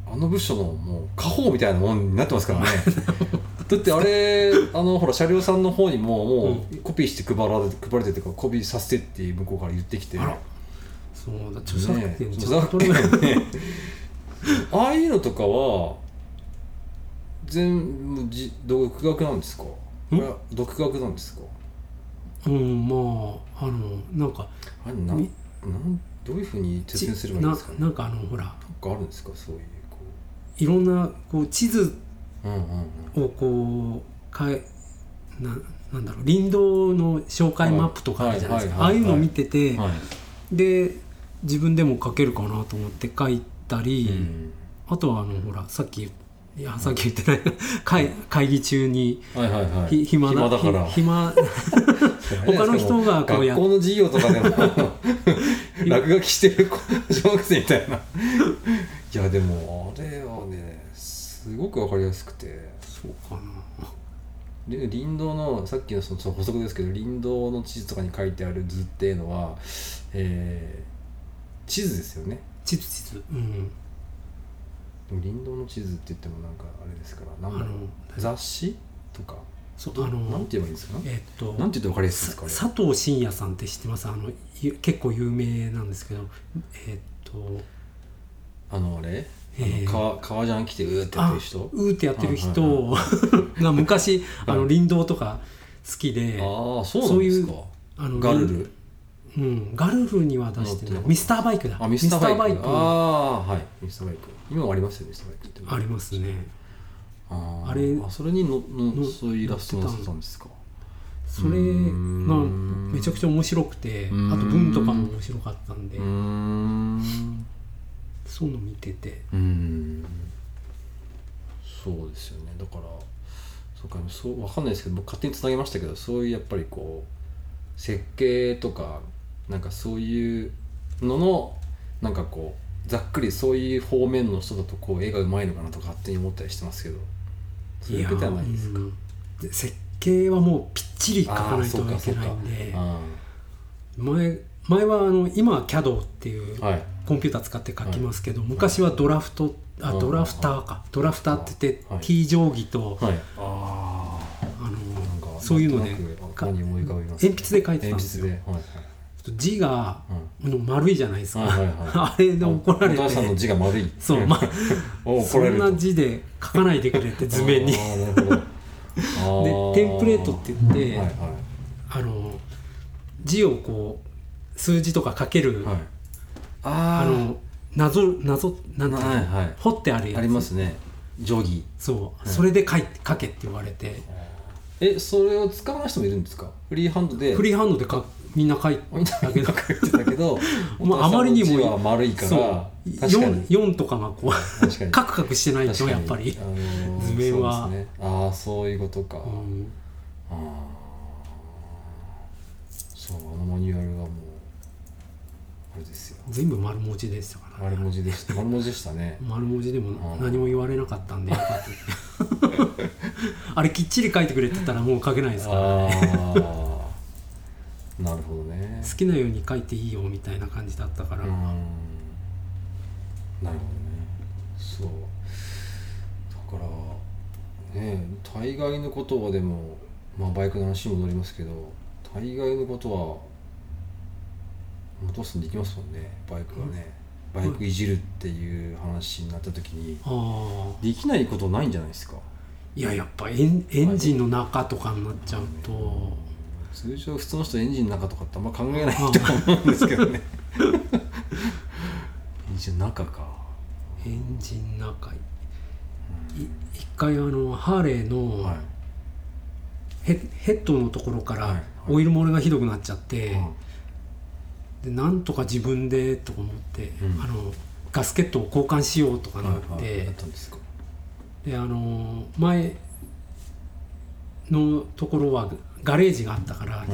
A: うあの部署のもう家宝みたいなもんになってます からねだってあれあのほら車両さんの方にももうコピーして配られて配られててかコピーさせてって向こうから言ってきて
B: あらそうだ著作
A: ね
B: 権
A: 著作権ね ああいうのとかは全部じ独学なんですか
B: ん
A: いや独学なんですか
B: うんまああのなんか
A: あれなん
B: み
A: なんどういうふうに説明すればいいんですかね
B: な
A: な
B: なんんかあのほら
A: かあるんですかそういうこ
B: いろんなこう地図
A: ううんうんうん
B: をこう変えななんだろう林道の紹介マップとかあるじゃないですかあ
A: は
B: あ
A: い
B: い
A: はいは
B: う
A: いはい
B: の見てて、
A: はい
B: で自分でも書けるかなと思って書いたり、
A: うん
B: あとはあのほらさっきいやさっき言ってない な会会議中に
A: はいはいはい
B: ひ暇だ
A: だから
B: ひ暇 他の人がこうやっ
A: 学校の授業とかでも 落書きしてる子小学生みたいないやでもあれはねすごくわかりやすくて
B: そうかな
A: で林道のさっきのそのその補足ですけど林道の地図とかに書いてある図っていうのは、えー地図ですよね
B: 地図地図うん
A: でも林道の地図って言ってもなんかあれですからなんだろう
B: あの
A: 雑誌とか
B: そうあ
A: なん
B: の
A: て言えばいいんですか
B: えっと
A: なんて言ってわかりやすい
B: さ
A: んですか
B: 佐藤真也さんって知ってますあのゆ結構有名なんですけどえーっと
A: あれあのあれあ
B: えー
A: の川革ジャン着てうーってやって
B: あ
A: る人
B: うーってやってる人
A: はい
B: が昔あ
A: は
B: の
A: い
B: 林道とか好きで
A: ああそうなんですか
B: そうあの
A: ガルル
B: うんガルルには出して
A: 乗
B: な
A: ってる
B: いミスターバイクだ
A: あミスターバイク
B: ミスターバイ
A: ああーはいミスターバイク今もありますよミスターバイクって
B: クありますね
A: あ
B: あれ
A: ーあそれにのの
B: の
A: そういうイラストを載せたんですか
B: それが
A: うーん
B: めちゃくちゃ面白くてあと
A: うーん
B: 文とかも面白かったんで
A: うーん
B: そういうの見てて
A: うんそうですよねだからそうかそうわかんないですけど僕勝手につなげましたけどそういうやっぱりこう設計とかなんかそういうののなんかこうざっくりそういう方面の人だとこう絵がうまいのかなとか勝手に思ったりしてますけどそういうわけではないですか
B: うんで設計はもうぴっちり書
A: あ
B: か
A: ー
B: ないと
A: そうか
B: い
A: そ
B: け
A: うか
B: ないんで
A: あ
B: 前前はあの今は CAD っていう
A: ーはい
B: コンピューター使って書きますけど、昔はドラフトあ
A: うん
B: ドラフターかドラフターって言って
A: はい
B: T 定規と、
A: はいあ
B: あ
A: あなん
B: の
A: か
B: そういうので
A: なんとなく頭に思い浮かびます
B: 鉛筆で書いてたんですよ
A: 鉛筆ではい
B: 字が
A: はいうん
B: の丸いじゃないですか、
A: はいはい
B: あ
A: は
B: れ
A: い
B: で怒られ
A: お
B: て
A: 父さんの字が丸い
B: そうま
A: お怒
B: そ
A: られ
B: ん
A: ると
B: な字で書かないでくれって図面 に
A: あ
B: で
A: ーなるほどあー
B: テンプレートって言って、
A: はいはい
B: あの字をこう数字とか書ける、
A: はい
B: あ
A: あー
B: の謎謎なんていうの、
A: はいはい
B: 掘ってあるやつ
A: ありますね定規
B: そう、それで書いて書けって言われて
A: えそれを使わない人もいるんですかフリーハンドで
B: フリーハンドでかみんな書い
A: みたい
B: たけど
A: な書いてたけど
B: まああまり にも
A: お父さんの字は丸いから
B: そう
A: 確かに
B: 4, 四とかがこう
A: 確かに
B: カクカクしてないとやっぱり
A: あ、のー
B: 図面は
A: そうですねああそういうことか、
B: うん
A: あーそうあのマニュアルがもうあれですよ
B: 全部丸文字でしたから、
A: 丸文字でした丸文字でしたね
B: 丸文字でも
A: うん
B: 何も言われなかったんでよかったです あれきっちり書いてくれって言ったらもう書けないですから
A: ああ なるほどね
B: 好きなように書いていいよみたいな感じだったから、
A: うーんなるほどねそうだからね大概のことはでもまあバイクの話に戻りますけど大概のことはお父さんできますもんねバイクはね、
B: ん
A: バイクいじるっていう話になった時に
B: ああ
A: できないことないんじゃないですか
B: いややっぱエンエンジンの中とかになっちゃうと
A: 通常普通の人エンジンの中とかってあんま考えないと思うんですけどねエンジンの中か
B: エンジンの中い一回あのハーレーの、
A: はい
B: ヘヘッドのところか
A: はいは
B: ら
A: い
B: オイル漏れがひどくなっちゃって、
A: うん
B: でなんとか自分でとか思って、
A: うん
B: あのガスケットを交換しようとかなって、
A: だったんですか
B: であの前のところはガレージがあったから、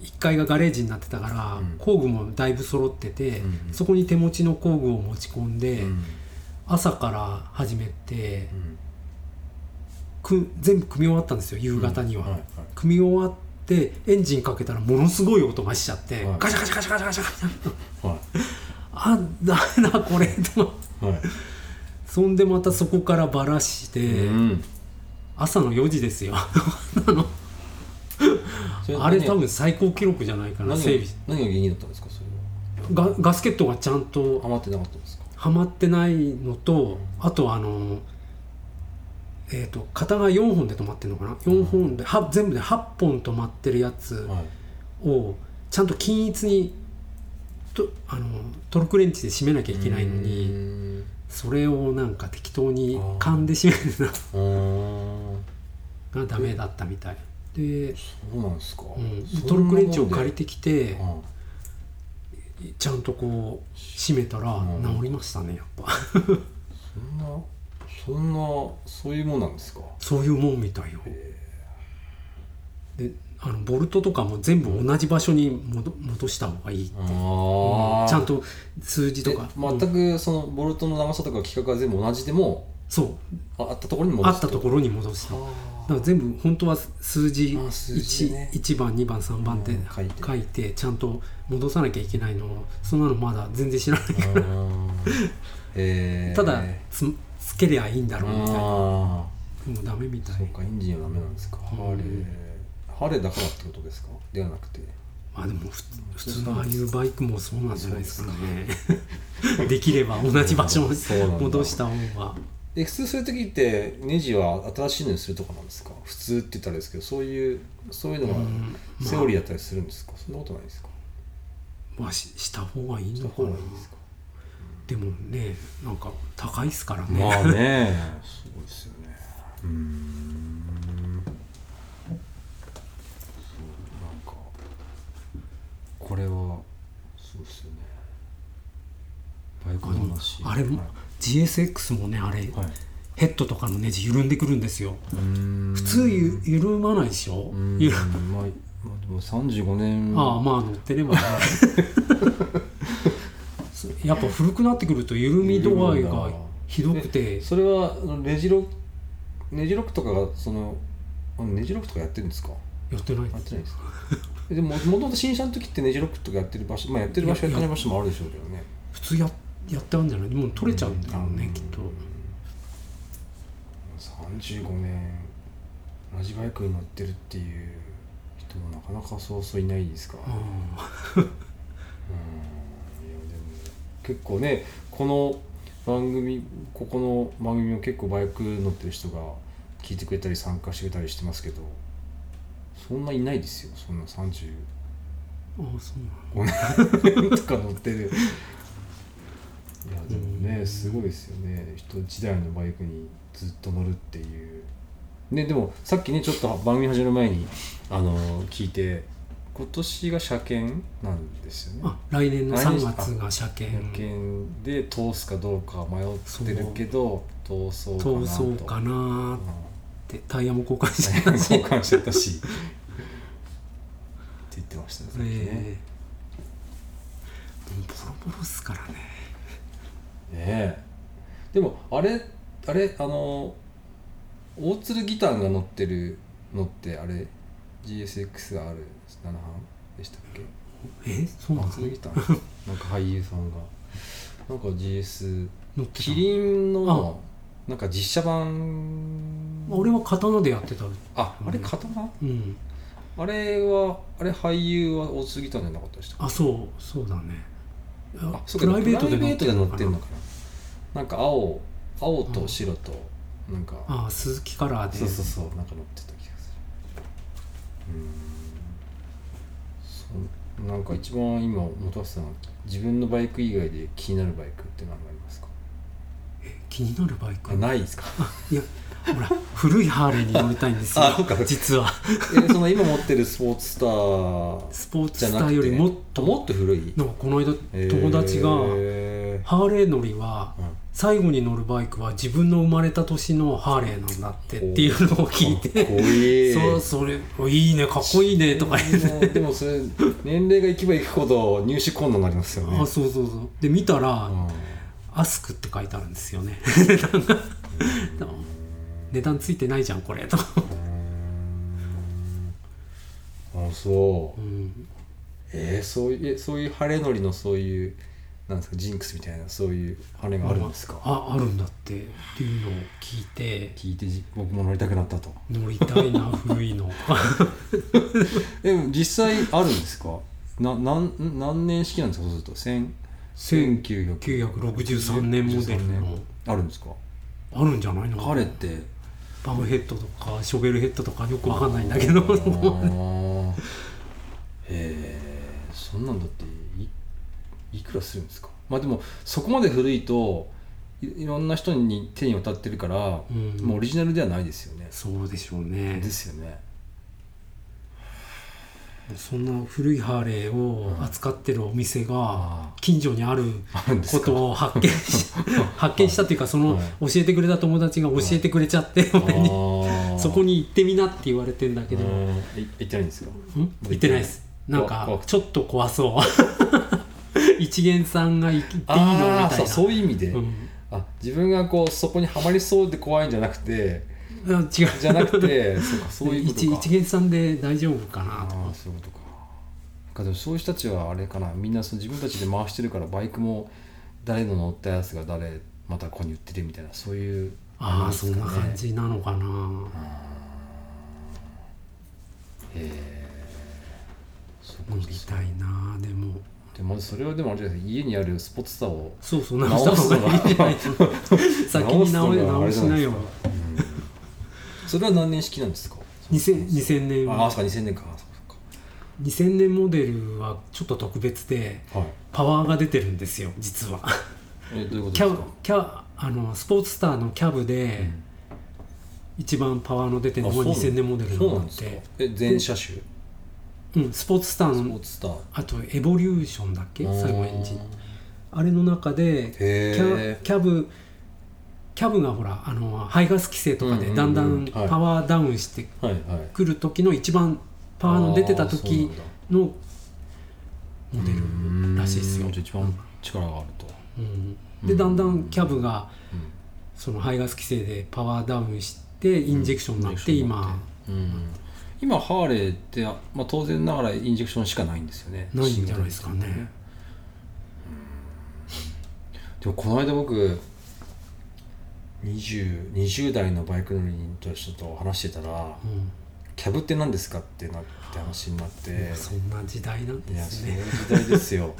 B: 一1階がガレージになってたから、
A: うん
B: 工具もだいぶ揃ってて、
A: うんうん
B: そこに手持ちの工具を持ち込んで、
A: うん
B: 朝から始めて、く全部組み終わったんですよ夕方には。
A: うんはいはい
B: 組み終わってエンジンかけたらものすごい音がしちゃって、
A: はい
B: ガシャガシャガシャガシャガシャガシャ
A: は
B: あダメだこれと思って
A: いはい
B: そんでまたそこからばらして、
A: うん
B: 朝の4時ですよ
A: そ
B: あれ
A: 何
B: 多分最高記録じゃないかな
A: 何
B: 整
A: が
B: 備
A: 何が原因だったんですかそれ
B: ガガスケットがちゃん
A: は
B: と
A: ハマってなかったんですか
B: はまってないのとあとあのえー、と型が4本で止まってるのかな4本で、は全部で8本止まってるやつ
A: はい
B: をちゃんと均一にとあのトルクレンチで締めなきゃいけないのに。
A: う
B: それをなんか適当に噛んでしまう
A: ーんうーん
B: のがダメだったみたいで、
A: そうなんですか
B: うん、
A: そんなもんで
B: トルクレンチを借りてきて
A: うん
B: ちゃんとこう締めたら
A: うん
B: 治りましたねやっぱ
A: そんなそんなそういうもんなんですか
B: そういうもんみたいよであのボルトとかも全部同じ場所に戻戻した方がいいって、
A: ああ
B: ちゃんと数字と
A: で
B: か、うん
A: 全くそのボルトの長さとか規格が全部同じでも
B: そう
A: ああったところに戻
B: あ
A: す
B: ったところに戻しただ
A: あ
B: から全部本当は数字
A: あ数字
B: 1,
A: ね
B: 1番2番3番って
A: うん書いて
B: 書いてちゃんと戻さなきゃいけないのをそんなのまだ全然知らない
A: ーうー んへー
B: ただつつけりゃいいんだろうみたいなも
A: ああ
B: うダメみたい
A: そうかエンジンはダメなんですか、ハーレーハーレーだからってことですかではなくて
B: まあでもふ普通のああいうバイクもそうなんじゃないですかね できれば同じ場所に
A: そうなんだ
B: 戻した方が
A: え普通そういう時ってネジは新しいのにするとかなんですか普通って言ったらあれですけどそういうそういうのが
B: ん
A: セオリーだったりするんですか、そんなことないですか
B: まあしした方がいい
A: した
B: のか
A: 方
B: な
A: がいいですか
B: でもねなんか高いっすからね、
A: まあ ねすごいですよねうーんそうなんかこれはそうですよねバイク
B: あ
A: の
B: の
A: 話
B: あれも
A: はい
B: GSX もねあれ、
A: はい、
B: ヘッドとかのネジ緩んでくるんですよ
A: 普
B: 普通ゆ緩まないでしょ
A: うん
B: 緩
A: まあ、まあ、でも35年
B: ああまあ乗って ればねやっぱ古くなってくると緩み度合いがひどくて
A: それはあのレジロネジロックとかがそのあのネジロックとかやってるんですか
B: やってない
A: やってないですかでももともと新車の時ってネジロックとかやってる場所まあやってる場所
B: い
A: や
B: や
A: ってない場所もあるでしょうけどね
B: 普通ややってあるんじゃないもう取れちゃうんだろうね
A: うん
B: きっと
A: 35年同じバイクに乗ってるっていう人もなかなかそうそういないですから、
B: ああ
A: うん結構ねこの番組ここの番組も結構バイク乗ってる人が聞いてくれたり参加してくれたりしてますけどそんないないですよそんな35
B: あそうな
A: 年
B: の
A: とか乗ってるいやでもねすごいですよね人一台のバイクにずっと乗るっていうねでもさっきねちょっと番組始める前にあの聞いて今年が車検なんですよね
B: あ来年の
A: 来年
B: 3月が車
A: 車
B: 検
A: 検で通すかどうか迷ってるけど通そうかな
B: 通
A: と
B: そうかなーってタイヤも交換して
A: うん
B: たし、
A: 交換しちゃったしって言ってましたねさっきね
B: えー、もうボロボロっすからね
A: ねえでもあれあれあの大鶴ギターが乗ってるのってあれ GSXR7 班でしたっけ
B: えそうな
A: 大
B: の
A: 鶴ギターなんか俳優さんがなんか GS
B: 乗ってた
A: キリンのなんか実写版
B: 俺は刀でやってた
A: ああれ刀
B: うん
A: あれはあれ俳優は大鶴ギターじゃなかったでしたっけ
B: あそうそうだね
A: あ
B: あ
A: そう
B: プ
A: か
B: ライベートで乗って
A: プ
B: る
A: ライベー
B: の
A: トで乗
B: かな
A: ってんのかななんか青青と白となんか
B: あ鈴木カラーで
A: そうそうそうなんか乗ってた気がするうーんそうなんか一番今本橋さん自分のバイク以外で気になるバイクって何がありますか
B: 気になるバイク
A: あないですか
B: いやほら古いハーレーに乗りたいんです よ
A: あそうか
B: 実は
A: えその今持ってるスポーツスター
B: スポーツ
A: じゃ
B: ス
A: な
B: タ
A: く
B: ー
A: て
B: よりもっと
A: もっと古い
B: なんかこの間友達が、
A: え
B: ハーレー乗りは
A: ーうん
B: 最後に乗るバイクは自分の生まれた年のハーレーなんだってっていうのを聞い
A: か
B: て
A: っこいい
B: そうそれいいねかっこいいねとか言って
A: もうでもそれ年齢がいけばいくほど入手困難になりますよね
B: あそうそうそうで見たら
A: うん
B: アスクって書いてあるんですよねなんか 値段ついてないじゃんこれと、、
A: あそううんえー、そういうえそういう晴れのりのそういうなんですかジンクスみたいなそういう晴れがあるんですか
B: ああるんだってっていうのを聞いて
A: 聞いてじ僕も乗りたくなったと
B: 乗りたいな古いの
A: でも実際あるんです かななん何年式なんですかそうすると 千
B: 1963年モデルの
A: あるんですか
B: あるんじゃないの
A: 晴れって
B: パンヘッドとかショベルヘッドとかよくわかんないんだけど
A: へ えそんなんだっていいくらするんですかまあでもそこまで古いといいろんな人に手に渡ってるから、
B: うん
A: もうオリジナルではないですよね、
B: そうでしょうね
A: ですよね
B: そんな古いハーレーを扱ってるお店が
A: あ
B: 近所にある
A: あるんです
B: こ
A: か
B: とを発見し 発見したというかその
A: はい
B: 教えてくれた友達が教えてくれちゃって俺に
A: あー
B: そこに行ってみなって言われてんだけど
A: うんんい行ってないんですか
B: 行ってないですなん
A: 怖
B: か
A: く
B: ちょっと怖そう 一元さんが行っていいのみた
A: ああ
B: い
A: そう
B: な
A: そういう意味で、
B: うん
A: あ自分がこうそこにはまりそうで怖いんじゃなくて
B: あ違う
A: じゃなく てそうかそういうことか
B: 一一元さんで大丈夫かなと
A: ああそういうことかなんかでもそういう人たちはあれかなみんなその自分たちで回してるからバイクも誰の乗ったやつが誰またここに売ってるみたいなそういう
B: あ
A: れ
B: あ
A: です
B: そ
A: か
B: ん
A: ね
B: な感じなのかな、
A: へえそ
B: 乗
A: う
B: り
A: か
B: たいなでも
A: でもそれはでもあれじゃないですか家にあるスポーツターを
B: そうそう 直した方がいいんじゃない先に直
A: 直すのがあ
B: 直
A: れじ
B: し
A: ゃな
B: ない
A: で
B: よ
A: すか それは何年式なん ですか
B: 2000, 2000年
A: ああそうか2000年かあそうかそ
B: 2000年モデルはちょっと特別で
A: うかはい
B: パワーが出てるんですよ実は
A: えどういうこと
B: キ
A: で
B: ャ
A: す
B: ブ
A: か
B: キャあのスポーツスターのキャブで、一番パワーの出てるのが
A: あそう
B: 2000年モデル
A: そう
B: に
A: な
B: なんっ
A: ですか
B: て
A: え全車種
B: うん、スポーツスター
A: スポ
B: の
A: ーツスター
B: あとエボリューションだっけ最後エンジンあれの中でキ
A: へ
B: ャ
A: ー
B: キャブキャブがほらあの排ガス規制とか
A: うんうんう
B: で
A: ん
B: だんだ
A: は
B: ん
A: い
B: パワーダウンして
A: はいはい
B: くる時の一番パワーの出てた時のモデルらしいですよ
A: うん。じゃあ一番力があると
B: うんでだんだんキャブがその排ガス規制でパワーダウンしてインジェクションになって今
A: うん今ハーレーって、あまあ、当然ながらインジェクションしかないんですよね
B: ないんじゃないですかね。
A: でもこの間僕 20, 20代のバイク乗り人と人と話してたら
B: うん
A: キャブって何ですかってなって話になって
B: そんな時代なん
A: い
B: で
A: や
B: す
A: そうい
B: ね
A: う時代ですよ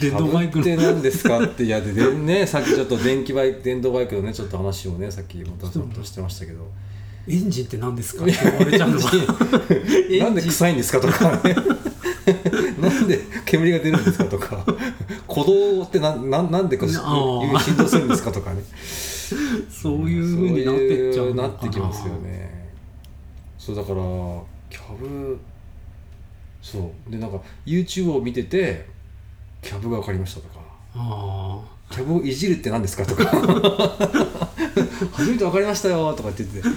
A: キ
B: 電動バ
A: ャ
B: イク
A: ブっ
B: の
A: て何ですかっていやででねさっきちょっと電気バイク電動バイクのねちょっと話をねさっきもたさんとしてましたけど
B: エンジンって何ですかって言われちゃうのはエンジ ン
A: なんで臭いんですかとか ねなんで煙が出るんですかとか鼓動ってなんなんなんでこう
B: あー
A: 振動するんですかとかね
B: そういうふうになってっちゃ
A: そい
B: うのかな
A: なってきますよねそうだからキャブそうでなんか YouTube を見ててキャブが分かりましたとか
B: あ
A: キャブをいじるって何ですかとか初めて分かりましたよとかって言っててそっ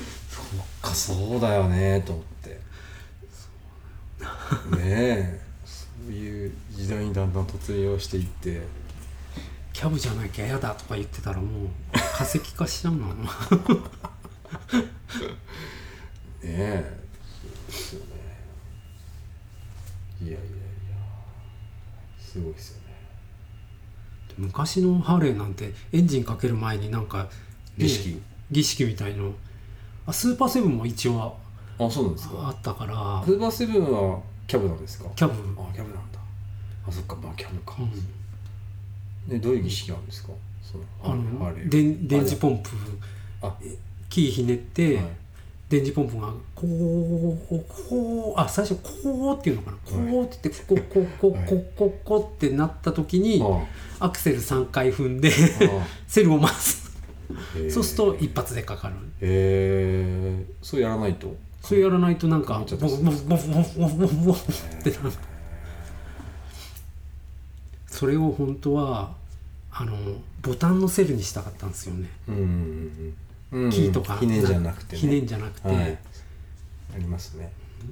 A: かそうだよねと思ってねえそういう時代にだんだん突入をしていって
B: あキャブじゃなきゃ嫌だとか言ってたらもう化石化しちゃうのかな
A: ねえそうですよねいやいやいやすごいですよね
B: 昔のハーレーなんてエンジンかける前になんか、ね
A: 儀式
B: 儀式みたいのあスーパーセブンも一応
A: あそうなんですか
B: あったから
A: スーパーセブンはキャブなんですか
B: キャブ、
A: あキャブなんだあそっかまあキャブか、
B: うん
A: でどういう儀式なんですかその
B: あ
A: あれ
B: のでん電磁ポンプ
A: あ
B: キーひねって、
A: はい
B: 電磁ポンプがこうこうあ最初こうっていうのかなこうって言ってこうこうこうこうこうこうってなった時に
A: あ
B: アクセル3回踏んで
A: ああ
B: セルを回す
A: へえ
B: そうすると一発でかかる
A: へえそうやらないと
B: それやらないとなんか
A: ちょっと
B: ボフボフボフボフボフボフボフってなるそれを本当はあのボタンのセルにしたかったんですよね
A: うんうんうんうん
B: キーとか
A: ひねじゃなくて、ね、
B: ひねんじゃなくて、
A: はいありますね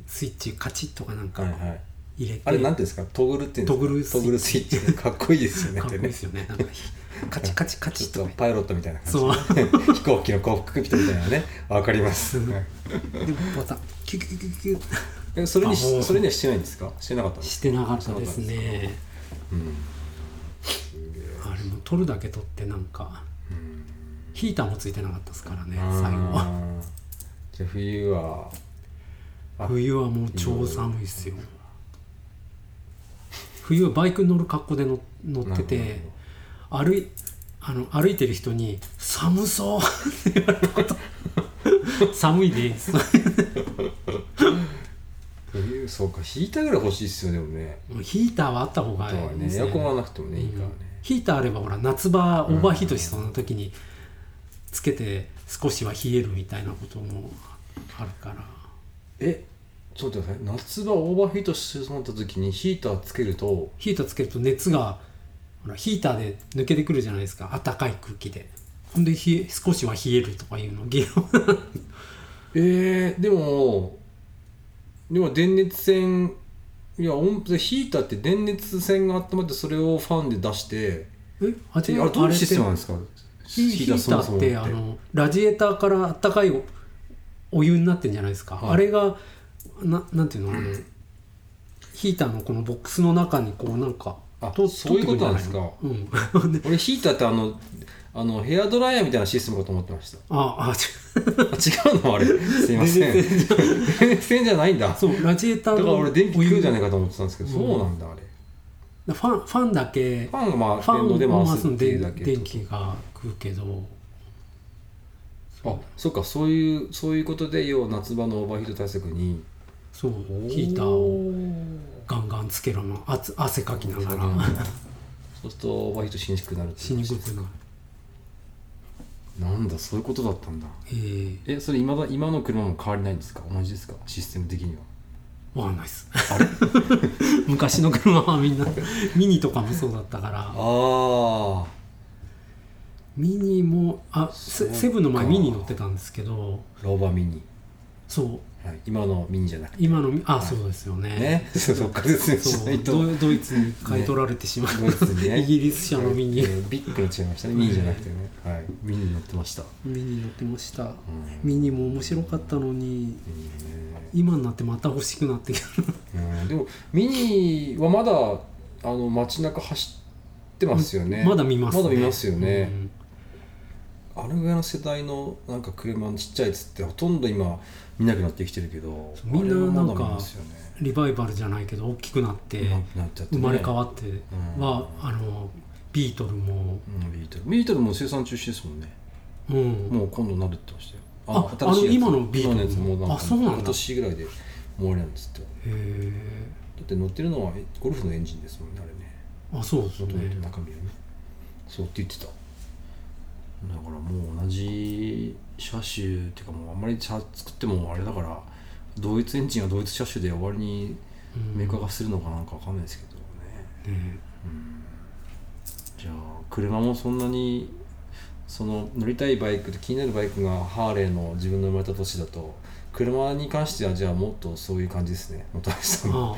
B: スイッチカチッとかな
A: はい
B: んか
A: はい
B: 入れて、
A: あれなんていうんですかトグルっていうんですか
B: トグルスイッチ
A: トグルスイッチかっこいいですよね
B: かっこいいですよねなんかカチカチカチ
A: ち
B: ッと
A: ょっ
B: か
A: とパイロットみたいな
B: そう
A: 感じで 飛行機のコックピットみたいなねわかりますはい
B: でボタンキュキュキュキュキュ
A: えそれに
B: あも
A: し
B: う
A: それにはしてないんですかしてなかったんです
B: してなかったですね
A: うん
B: あれも取るだけ取ってなんかヒーターもついてなかったですからね最後は
A: あーじゃあ冬はあ
B: 冬はもう超寒いっすよ冬はバイク乗る格好での乗って
A: なる
B: て歩いあの歩いてる人に「寒そう」って言われた こと寒いです
A: 冬そうかヒーターぐらい欲しいですよねでもね
B: ヒーターはあった方が
A: あとはい
B: いで
A: ね
B: す
A: エ
B: ね
A: アコンはなくてもねいいからね
B: ヒーターあればほら夏場オーバーヒートしそうな時につけて少しは冷えるみたいなこともあるから
A: えちょっと待ってください夏場オーバーヒートしてしまった時にヒーターつけると
B: ヒーターつけると熱がほらヒーターで抜けてくるじゃないですか暖かい空気でほんで冷え少しは冷えるとかいうの議論
A: えー、でもでも電熱線いや温ヒーターって電熱線が温まってそれをファンで出して
B: えあ
A: えあれどういうシステムなんですか
B: ヒヒーターってあのラジエーターから暖かいおお湯になってんじゃないですか、
A: はい
B: あれがななんていうのあの、ヒーターのこのボックスの中にこうなんか
A: あ
B: と
A: そういうことなんですか
B: 取ってくるんじゃないのうん で
A: 俺ヒーターってあのあのヘアドライヤーみたいなシステムかと思ってました
B: あ
A: あ
B: あ
A: 違うのあれすいません
B: 電
A: 電熱線じゃ ないんだだ
B: 違うそうラジエーター
A: から俺電気食うじゃないいかと思ってたんですけど
B: うん
A: そうなんだあれ
B: ファンファンだけ
A: ファンがまあ
B: ファ
A: 電動で
B: ンを
A: 回
B: 回
A: す
B: す
A: っ
B: の
A: てい
B: で
A: うだけ
B: 電気が食うけど
A: あそっかそういうそういうことで要は夏場のオーバーヒート対策に
B: そうヒーターをガンガンつけろのあつ汗かきながら
A: そうするとオーバーヒートしにくくなるっていう
B: しにくくなる
A: なんだそういうことだったんだ
B: えー、
A: えそれ今だ今の車も変わりないんですか同じですかシステム的には
B: わかんないっす 昔の車はみんなミニとかもそうだったから
A: ああ
B: ミニもあ
A: そう
B: セ
A: か
B: セブンの前ミニ乗ってたんですけど
A: ローバーミニ、
B: そう
A: はい、今のミニじゃなくて
B: 今のみあそうですよね
A: ね そっか説明し
B: そ
A: な
B: う
A: いと
B: ドドイツに買い取られてしまう、
A: ドイツにね
B: イギリス車のミニ、
A: えービッグに違いましたねミニじゃなくてね、はい、ミニ乗ってました
B: ミニ乗ってました、ミニも面白かったのに
A: ミニね
B: 今になってまた欲しくなってきた
A: うんでもミニはまだあの街中走ってますよね
B: まだ見ます
A: まだ見ますよね、
B: うん
A: あれぐらいの世代のなんか車のちっちゃいやつってほとんど今見なくなってきてるけど
B: そうみんななん
A: あれは
B: か
A: まだ見ますよね
B: リバイバルじゃないけど大きくなって
A: うまくなっちゃって
B: 生
A: ね
B: まれ変わって
A: うん
B: は、あのビートルも、
A: うんビートルビートルも生産中止ですもんね
B: うん、
A: もう今度なるって言ってましたよ新
B: あ
A: しいやつ
B: あの今のビートル
A: 今のやつもなんか
B: あそうなんだ
A: 今年ぐらいでもうあれなんですってだ
B: へえ
A: って乗ってるのはえゴルフのエンジンですもんねあれね
B: あそうです
A: 元々
B: ね
A: の中身はねそうって言ってただからもう同じ車種っていうかもうあんまり車作ってもあれだから同一エンジンは同一車種で終わりに
B: うん
A: メーカーがするのかなんかわかんないですけどね、
B: ね
A: じゃあ車もそんなにその乗りたいバイクで気になるバイクがハーレーの自分の生まれた年だと車に関してはじゃあもっとそういう感じですね本橋さん の
B: あ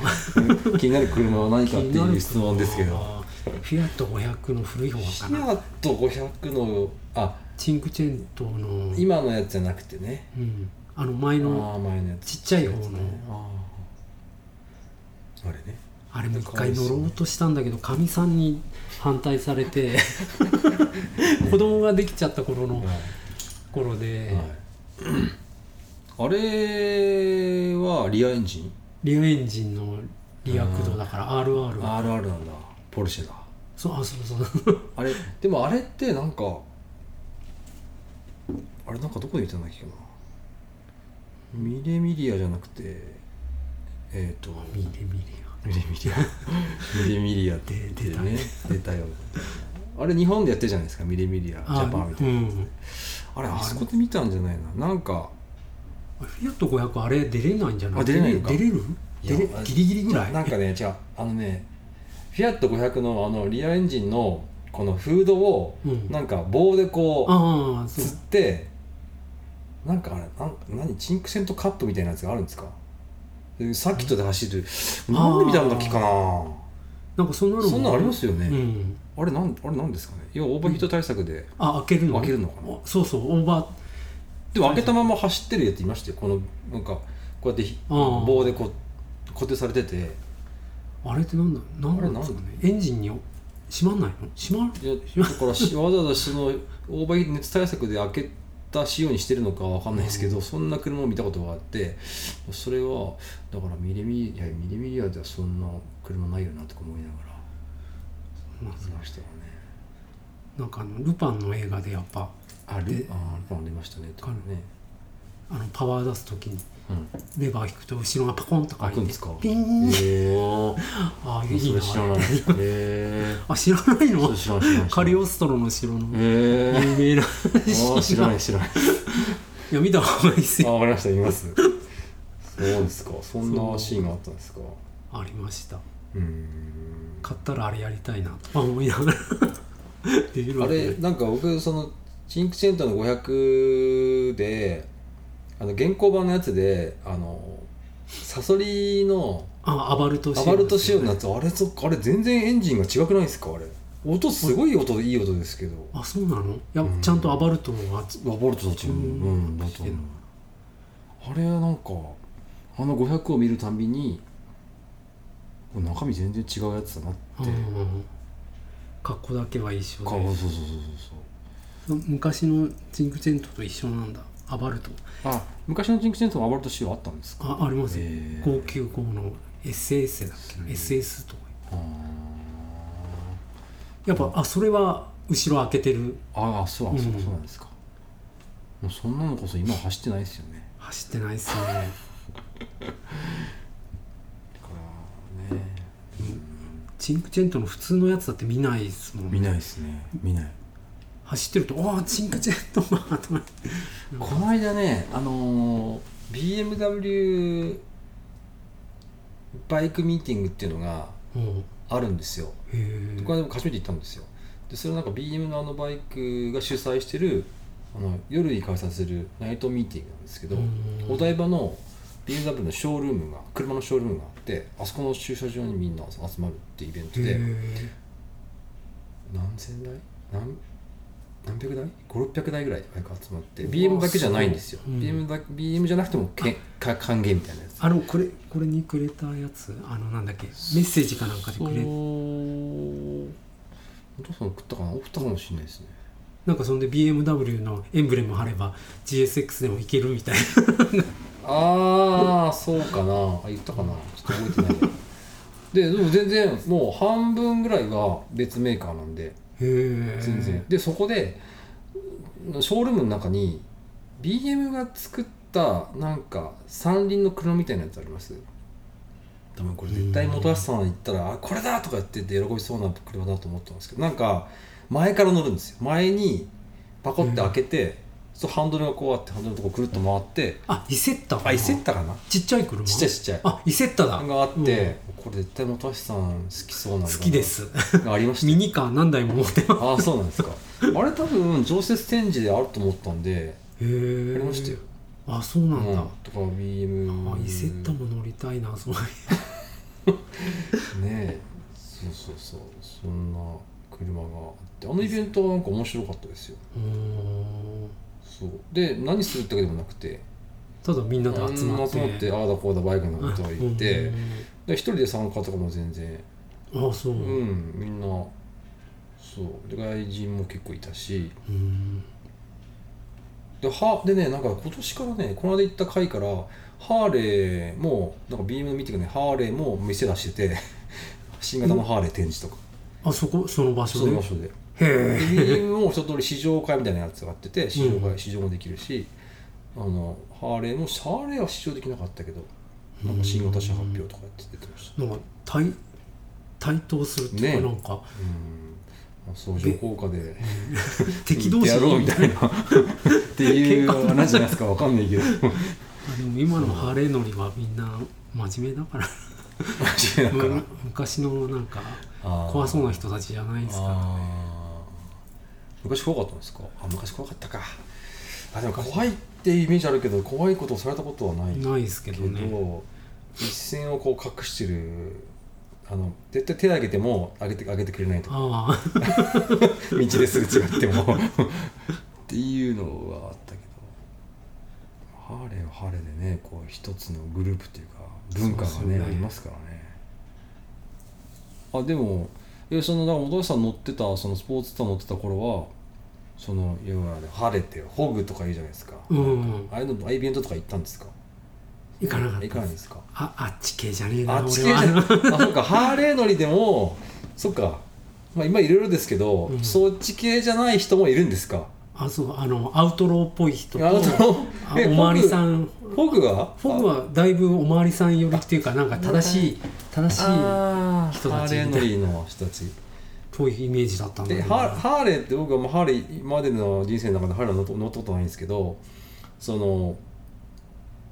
B: あ
A: 気になる車は何かっていう質問ですけど
B: フィアット500の古い方
A: シ
B: かな
A: アット500のあ
B: チンクチェントの、
A: 今のやつじゃなくてね
B: うん、あの前
A: あ
B: の
A: ー前のやつ
B: ちっちゃい方の
A: あーあれね
B: あれも一回乗ろうとしたんだけどかみさんに反対さ れて子供ができちゃった頃の頃で、
A: はい、あれはリアエンジン
B: リアエンジンのリア駆動だから RR
A: RR なんだポルシェだ
B: そうあそうそう
A: あれでもあれってなんかあれなんかどこで見たんだっけなミレミリアじゃなくてえっ、と
B: 見て見て
A: ミレミリア ミレミリアって
B: で
A: 出
B: 出た
A: ね出たよあれ日本でやってるじゃないですかミレミリアジ
B: あ
A: ャパンみた
B: う
A: いなんあれあそこで見たんじゃないななんか
B: フィアット500あれ出れないんじゃない
A: あ出れないのか
B: 出れる
A: いや
B: 出れ
A: あれ
B: ギリギリぐらい
A: なんかね違うあのねフィアット500のあのリアエンジンのこのフードを
B: うん
A: なんか棒でこう、
B: ああそ
A: 釣っ
B: う
A: てなんかあれなん何チンクセントカップみたいなやつがあるんですかでサーキットで走るなんで見たんだっけかな
B: なんかそんなのも
A: そんなのありますよね、
B: うん
A: あれなんあれなんですかね要はオーバーヒート対策で、
B: あ開けるの
A: 開けるのかな
B: おそうそうオーバ
A: でも開けたまま走ってるやついましたよこのなんかこうやってひ
B: あー
A: 棒でこう固定されてて
B: ーあれってなんだなんなんですかねエンジンに閉まんないの閉まる
A: いやだからしわざわざそのオーバーヒート熱対策で開けた仕様にしてるのかわかんないですけど、そんな車を見たことがあってそれはだからミリミリいやミリミリアではそんな車ないよなとか思いながら見ましたよね
B: なんかあのルパンの映画でやっぱ
A: あル
B: で
A: あルパン出ましたねとかね、
B: あのパワー出す時に
A: うん、
B: レバー引くと後ろがパコンとか
A: 開くんですか
B: ピ
A: へ
B: ー
A: え
B: ンああいい
A: そ
B: な
A: れ知らないへえ
B: あ知らない
A: そ
B: の
A: れ知らない知らない
B: カリオストロの城の
A: へえ
B: 有名な
A: あー知らない知らない
B: いや見た方がいいです
A: あ
B: よ
A: わかりました見ますそうですかそんなシーンがあったんですか
B: ありました
A: うーん
B: 買ったらあれやりたいなとか思いながら できる
A: あ
B: わけ
A: れなんか僕そのチンクチェントの500であの現行版のやつであのサソリの
B: あアバルト
A: アバルト仕様
B: に
A: の
B: な
A: やつあれそっかあれ全然エンジンが違くないですかあれ音すごい音いい音ですけど
B: あそうなのいや、
A: うん
B: ちゃんとアバルトがつ
A: アバルトだと思う
B: う
A: うんんだと思うあれなんかあの500を見るたびにこれ中身全然違うやつだなって、
B: うんうんうん格好だけは一緒
A: か
B: で
A: そうそうそうそうそう
B: 昔のチンクチェントと一緒なんだアバルト
A: あ昔のジンクチェントもアバルト仕様あったんですか
B: あありますよ
A: へー
B: 595の SS だっけ SS とかやっぱあそれは後ろ開けてる
A: ああそうあそう
B: うん
A: そうなんですか、もうそんなのこそ今走ってないですよね
B: 走ってないっすね
A: だからね
B: チンクチェントの普通のやつだって見ないですもん
A: 見ないですね見ない
B: 走ってると「おおチンクチェントが」とか
A: この間ねあのー BMW バイクミーティングっていうのが
B: うんへ
A: あるんですよ
B: え
A: これでも初めて行ったんですよでそれはなんか BM のあのバイクが主催してるあの夜に開催するナイトミーティングなんですけど
B: うん
A: お台場の BMW のショールームが車のショールームがあってあそこの駐車場にみんな集まるっていうイベントで何千台何何百台5600台ぐらいバイク集まって
B: うわ
A: BM だけじゃないんですよ、
B: そううん
A: BM, だ BM じゃなくてもけか歓迎みたいなやつ
B: あのこれこれにくれたやつあのなんだっけメッセージかなんかでく
A: そう
B: れ
A: お父さん食ったかな送ったかもしれないですね
B: なんかそんで BMW のエンブレム貼れば GSX でもいけるみたい
A: ああそうかなあ言ったかなちょっと覚えてないででも全然もう半分ぐらいが別メーカーなんで
B: なへえ
A: 全然でそこでショールームの中に BM が作ったなんか三輪の車みたいなやつあります多分これ絶対本橋さん行ったら「あこれだ!」とか言ってて喜びそうな車だと思ったんですけどなんか前から乗るんですよ前にパコって開けて、そうハンドルがこうあってハンドルのとこくるっと回って
B: あイセッタ
A: あイセッタかな
B: ちっちゃい車
A: ちっちゃいちっちゃい
B: あイセッタだ
A: があって、これ絶対本橋さん好きそうなんだ
B: 好
A: な
B: きです
A: がありました
B: ミニカー何台も持ってま
A: ああそうなんですかあれ多分常設展示であると思ったんです
B: へ
A: あ
B: え
A: りましたよ、
B: あそうな
A: うん
B: だ、
A: とか BM
B: あイセッタも乗りたいなそういう
A: ねえそうそうそうそんな車があってあのイベントはなんか面白かったですよ
B: うーん
A: そうで何するってわけでもなくて
B: ただみんなで集まって
A: うん集
B: あ
A: ああだこうだバイクのことは言って、
B: う
A: で一人で参加とかも全然
B: んあそう
A: うん、
B: う
A: みんなそうで外人も結構いたし
B: ん
A: ではでねなんか今年からねこの間行った回からハーレーもなんか BM 見てくねハーレーも店出して て新型のハーレー展示とか、
B: あそこその場所
A: そうい
B: で
A: う場所で
B: へえ
A: BM も一通り試乗会みたいなやつがあってて試乗会、
B: うん
A: 試乗もできるしあのハーレーもハーレーは試乗できなかったけどなんか新型車発表とかやって出てました
B: なんか対対等するっていうか、
A: ね
B: なんか
A: うん相乗効果で
B: 敵同士
A: やろうみ たい
B: な
A: なっていう話じゃないですかわかんない けど
B: でも今のハレーノリはみんな真面目だから
A: 間違いなくな
B: む昔のなんか
A: あー
B: 怖そうな人たちじゃないですか
A: あー昔怖かったんですかあ昔怖かったかあでも怖いってイメージあるけど怖いことをされたことはない
B: らないですけ
A: け
B: ど
A: ど
B: ね
A: 一線をこう隠してるあの絶対手挙げても上げて上げてくれないとか
B: ああ
A: 道ですれ違 ってもっていうのはあったけどハーレーはハーレーでねこう一つのグループっていうか文化が
B: そう
A: ね
B: ですね
A: ありますからねあでもえそのだから本橋さん乗ってたそのスポーツカー乗ってた頃はその要はハーレーってホグとか言うじゃないですか、
B: うん
A: ああいうのああいうイベントとか行ったんですか
B: 行かなかっ
A: 行
B: た
A: かないんですか
B: ああっち系じゃねえな
A: あっち系
B: 俺
A: じゃ
B: は
A: あそっかハーレー乗りでもそっか、まあ、今いろいろですけど、
B: うん
A: そっち系じゃない人もいるんですか
B: あそうあのアウトローっぽい人と
A: あの
B: あおまわりさ
A: ん
B: ん
A: フォグが
B: フォグはだいぶおまわりさん寄りっていうかなんか正しい正しいっ
A: あ
B: 人た
A: ハー
B: ち
A: レー乗りの人たち
B: ぽいイメージだったんだ
A: で
B: けど
A: ハハーレーって僕はもうハーレー今までの人生の中でハーレー乗った乗ったことないんですけどその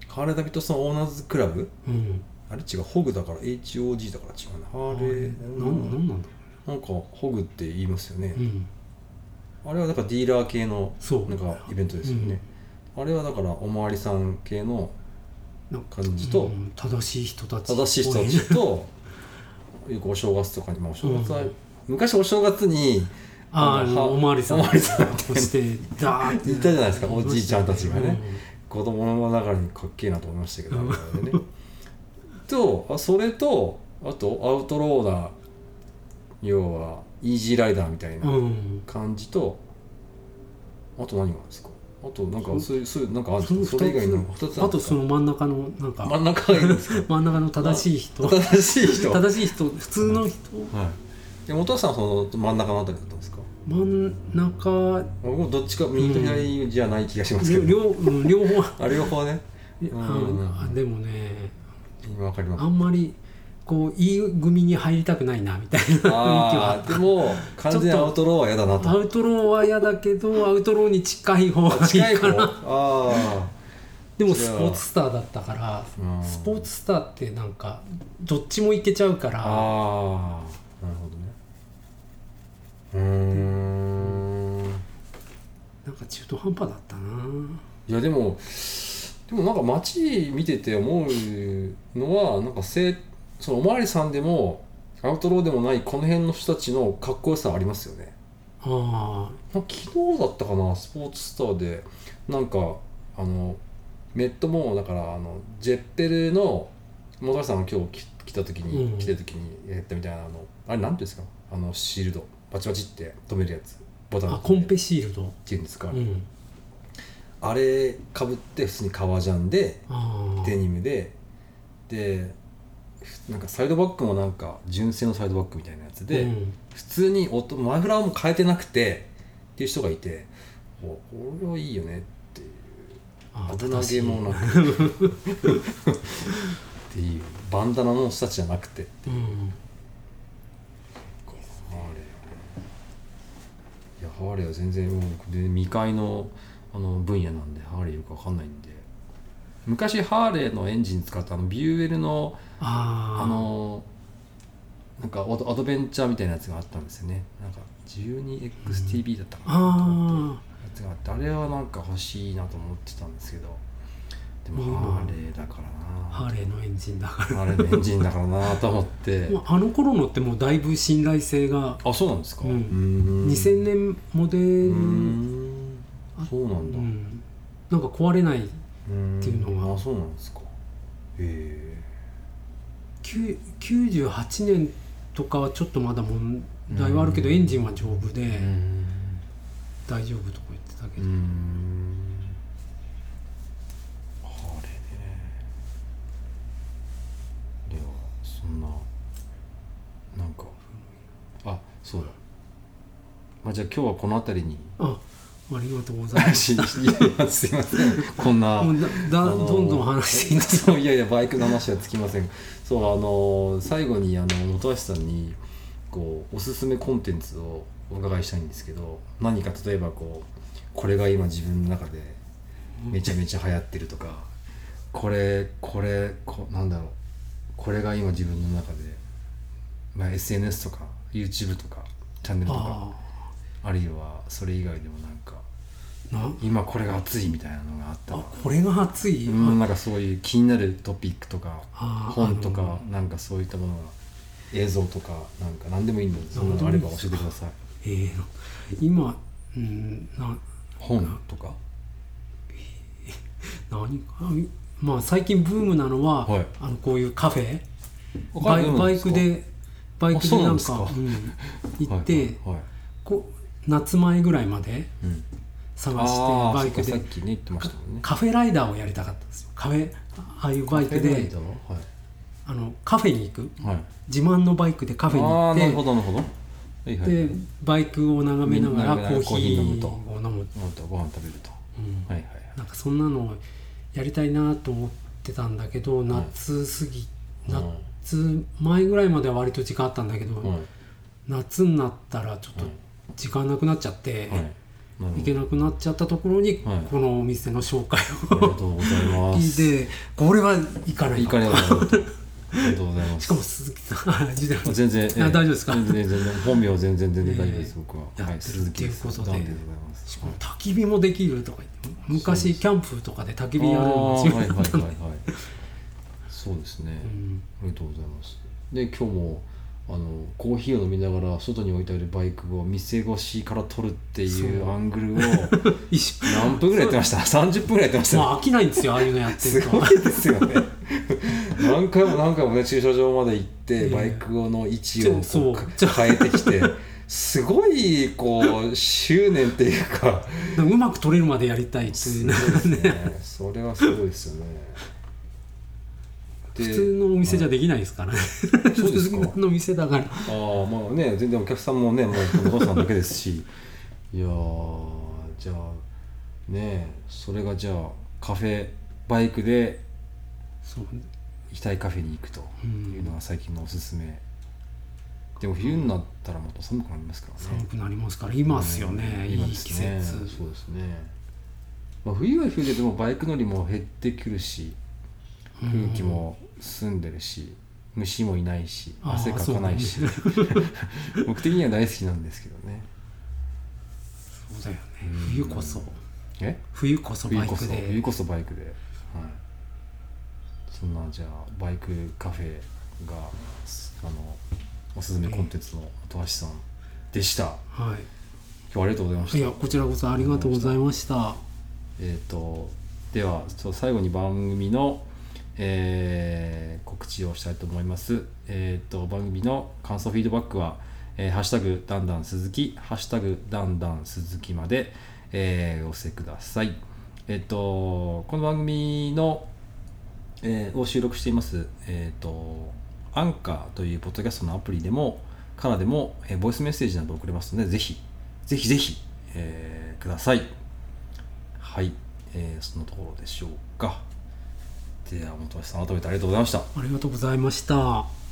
A: ハーレー・ダビッドソンオーナーズクラブ
B: うん
A: あれ違うホグだから HOG だから違うなハー
B: あ
A: レ
B: れ
A: ー
B: なんなんなんだろ
A: なんかホグって言いますよね、
B: ううん
A: あれはだからディーラー系の
B: そう
A: なんかイベントですよね、あれはだからおまわりさん系の
B: なんか
A: 感じと
B: うん正しい人たち
A: 正しい人たちとよくお正月とかにまあお正月は、
B: うん
A: 昔お正月にあ
B: あ
A: の
B: ーあ
A: は
B: のおまわりさん
A: おまわりさん
B: としてダーって
A: いたじゃないですかおじいちゃんたちがね子供のながらにかっけえなと思いましたけど、
B: うん
A: あれねとあそれとあとアウトローダー要はイージーライダーみたい
B: うん、
A: な
B: うん
A: 感じと、あと何があるんですかあとなんか
B: そ
A: そういうそういうなんかあるん
B: そ
A: で
B: の
A: すかそれ以外になんか
B: 二
A: 二つ
B: つ
A: ある
B: あ
A: んで
B: と
A: すか
B: その真ん中のなんか
A: 真ん中がいいんですか
B: 真ん中の正しい 人
A: 正しい人
B: 正しい人普通の人
A: はいで本橋さんはその真ん中のあたりだったんですか
B: 真ん中
A: 僕もどっちか右と左じゃない気がしますけど、
B: 両うん両方
A: あ両方ねうん
B: あでもね
A: 今わかります
B: あんまりこう E 組に入りたくないなみたいな雰囲気
A: あ
B: は
A: あでも完全にアウトローは嫌だな
B: ア
A: と
B: ウトローは嫌だけどアウトローに近い方が
A: あ近
B: い
A: い
B: い
A: 方
B: かな
A: あ
B: でもスポーツスターだったから
A: うん
B: スポーツスターってなんかどっちもいけちゃうか
A: あ
B: ら
A: ああなるほどねうーん
B: なんか中途半端だったない
A: やでもでもなんか街見てて思うのはなんかせそのおまわりさんでもアウトローでもないこの辺の人たちのかっこよさありますよね
B: あ
A: なんか昨日だったかなスポーツスターでなんかあのメットもだからあのジェッペルの本橋さんが今日き来た時に、
B: うん
A: 来た時にやったみたいなあのあれなんていうんですかあのシールドバチバチって止めるやつボタン
B: あコンペシールド
A: っていうんですか、
B: うん
A: あれかぶって普通に革ジャンで
B: ああ
A: デニムででふなんかサイドバッグもなんか純正のサイドバッグみたいなやつで、
B: うん
A: 普通に音マフラーも変えてなくてっていう人がいておこれはいいよねっていう
B: ああ
A: 危なげもな
B: 正し
A: くっていうバンダナの人たちじゃなくて
B: いうん
A: これいやハーレーは全然もう僕全然未開のあの分野なんでハーレーよくわかんないんで昔ハーレーのエンジン使ったあのビューエルの
B: ああ
A: あのなんかアドアドベンチャーみたいなやつがあったんですよねなんか 12XTB だったかな、
B: あ
A: やつがあってあれはなんか欲しいなと思ってたんですけどで
B: うん
A: もハーレーだか
B: あハ
A: ら
B: ーレーのエンジンだから
A: なハーレーのエンジンだからなと思 って
B: まああの頃のってもうだいぶ信頼性が
A: あそうなんですか、
B: うん
A: ん
B: 2000年モデル、
A: うーん
B: あ
A: そうなんだ、
B: うんなんか壊れないっていうのが
A: あそうなんですかへ
B: きゅ98年とかはちょっとまだ問題はあるけど、
A: うん
B: エンジンは丈夫で
A: えうん
B: 大丈夫とか言ってたけ
A: う
B: ど、
A: んハーレーねではそんななんかあそうだまあじゃあ今日はこの辺りに
B: あありがとうございま
A: 話
B: す
A: いやすいませんこんな
B: もうだだ、
A: あのー
B: どんどん話していい
A: そういやいやバイクの話はつきませんそうあのー最後にあの本橋さんにこうおすすめコンテンツをお伺いしたいんですけど何か例えばこうこれが今自分の中でめちゃめちゃ流行ってるとかこれこれこなんだろうこれが今自分の中で、まあ、SNS とか YouTube とかチャンネルとか
B: あ
A: あるいはそれ以外でもなんか
B: あな
A: 今これが熱いみたいなのがあったら
B: あこれが熱い、
A: うん、なんかそういう気になるトピックとか
B: あー
A: 本と
B: あの
A: かなんかそういったものが映像とかなんか何でもいいんでそんなのあれば教えてください
B: えー今、うん、な
A: 本とか
B: 何かまあ最近ブームなのは、
A: はい
B: あのこういうカフェバイバイクでバイクで
A: あそうな
B: なんん
A: です
B: か
A: か
B: うん行って、
A: はいはいはい
B: こ夏前ぐらいまで
A: うん、
B: 探して
A: ああ
B: バイク
A: さっ
B: で
A: きね言ってましたもんね
B: カフェライダーをやりたかったんですよカフェああいうバイク
A: カフェライ
B: で
A: ダーは
B: あのカフェに行く
A: い、はい、
B: 自慢のバイクでカフェに
A: ああーなる
B: 行
A: ほ
B: っ
A: どなるほどはいは
B: て
A: い
B: でバイクを眺めなが
A: みんな
B: らコ
A: で
B: ー
A: コ
B: ヒ
A: ーヒー
B: ー
A: 飲むと
B: を飲む、
A: またご飯食べると、
B: うん
A: はいはい
B: なんかそんなのをやりたいなと思ってたんだけど夏過ぎ、
A: はい
B: 夏前ぐらいまでは割と時間あったんだけど、
A: はい
B: 夏になったらちょっと時間なくなっちゃっ
A: は
B: て、
A: いなるほ
B: 行けなくなっちゃったところに、
A: はい
B: このお店の紹介
A: どあり
B: を
A: がとうございま
B: 聞
A: す
B: いてこれは行かない
A: いいか
B: と
A: ねありがとうございます
B: しかも鈴木さん あ時代
A: 全然、
B: あ大丈夫ですか
A: 全然全然本名は全然全然大丈夫です、
B: ええ
A: 僕は。
B: や
A: は
B: ってるっていうことで
A: ダンディございます。
B: しかも焚き火もできるとか言って昔キャンプとかで焚き火やるの
A: はい
B: 自
A: あーはい
B: 分
A: は
B: だ
A: い
B: ったんで
A: はいはい。そうですね、
B: うん
A: ありがとうございます。で今日もあのコーヒーを飲みながら外に置いてあるバイクを店越しから撮るってい
B: そう
A: うアングルを
B: 一緒
A: 何分ぐらいやってました ？30分ぐらいやってましたね。
B: まあ飽きないんですよああいうのやって
A: す
B: ると
A: ごいですよ ね何回も何回もね駐車場まで行って
B: ええ
A: バイクの位置を
B: そう
A: こう
B: ちょ
A: 変えてきてすごいこう執念っていう か
B: うまく取れるまでやりたいってい
A: すご
B: う
A: いですねそれはすごいですよねで
B: 普通のお店じゃできないですからね、
A: そうですか
B: 普通のお店だから
A: ああまあね全然お客さんもねもうお父さんだけですしいやーじゃあねえそれがじゃあカフェバイクで
B: そう
A: 行きたいカフェに行くというのが最近のおすすめ、でも冬になったらもっと寒くなりますからね
B: 寒くなりますから今ですよね、
A: うん
B: いい
A: 今です
B: 季
A: ね
B: 節
A: そうですね、まあ、冬は冬ででもバイク乗りも減ってくるし
B: うん
A: 空気も澄んでるし、虫もいないし
B: あー
A: 汗かかないし、 僕的には大好きなんですけどね
B: そうだよね
A: うん
B: 冬こそ
A: え
B: 冬こそ
A: 冬
B: バイ
A: こ
B: ク
A: そ
B: で
A: 冬こそバイクで、はい、そんなじゃあバイクカフェがあのおすすめコンテンツの後橋さんでした
B: は
A: 今日はありがとうございま
B: い、い
A: した
B: やこちらこそありがとうございました
A: えっ、とではちょっと最後に番組の、えー告知をしたいと思いますえっ、と番組の感想フィードバックはえーハッシュタグだんだん鈴木、ハッシュタグだんだん鈴木まで、えーお寄せください。えっと、この番組の、えーを収録しています、えっと、アンカーというポッドキャストのアプリでも、からでも、えーボイスメッセージなど送れますので、ぜひ、ぜひぜひ、えーください。はい、えーそのところでしょうか。では、本橋さん、改めてありがとうございました。
B: ありがとうございました。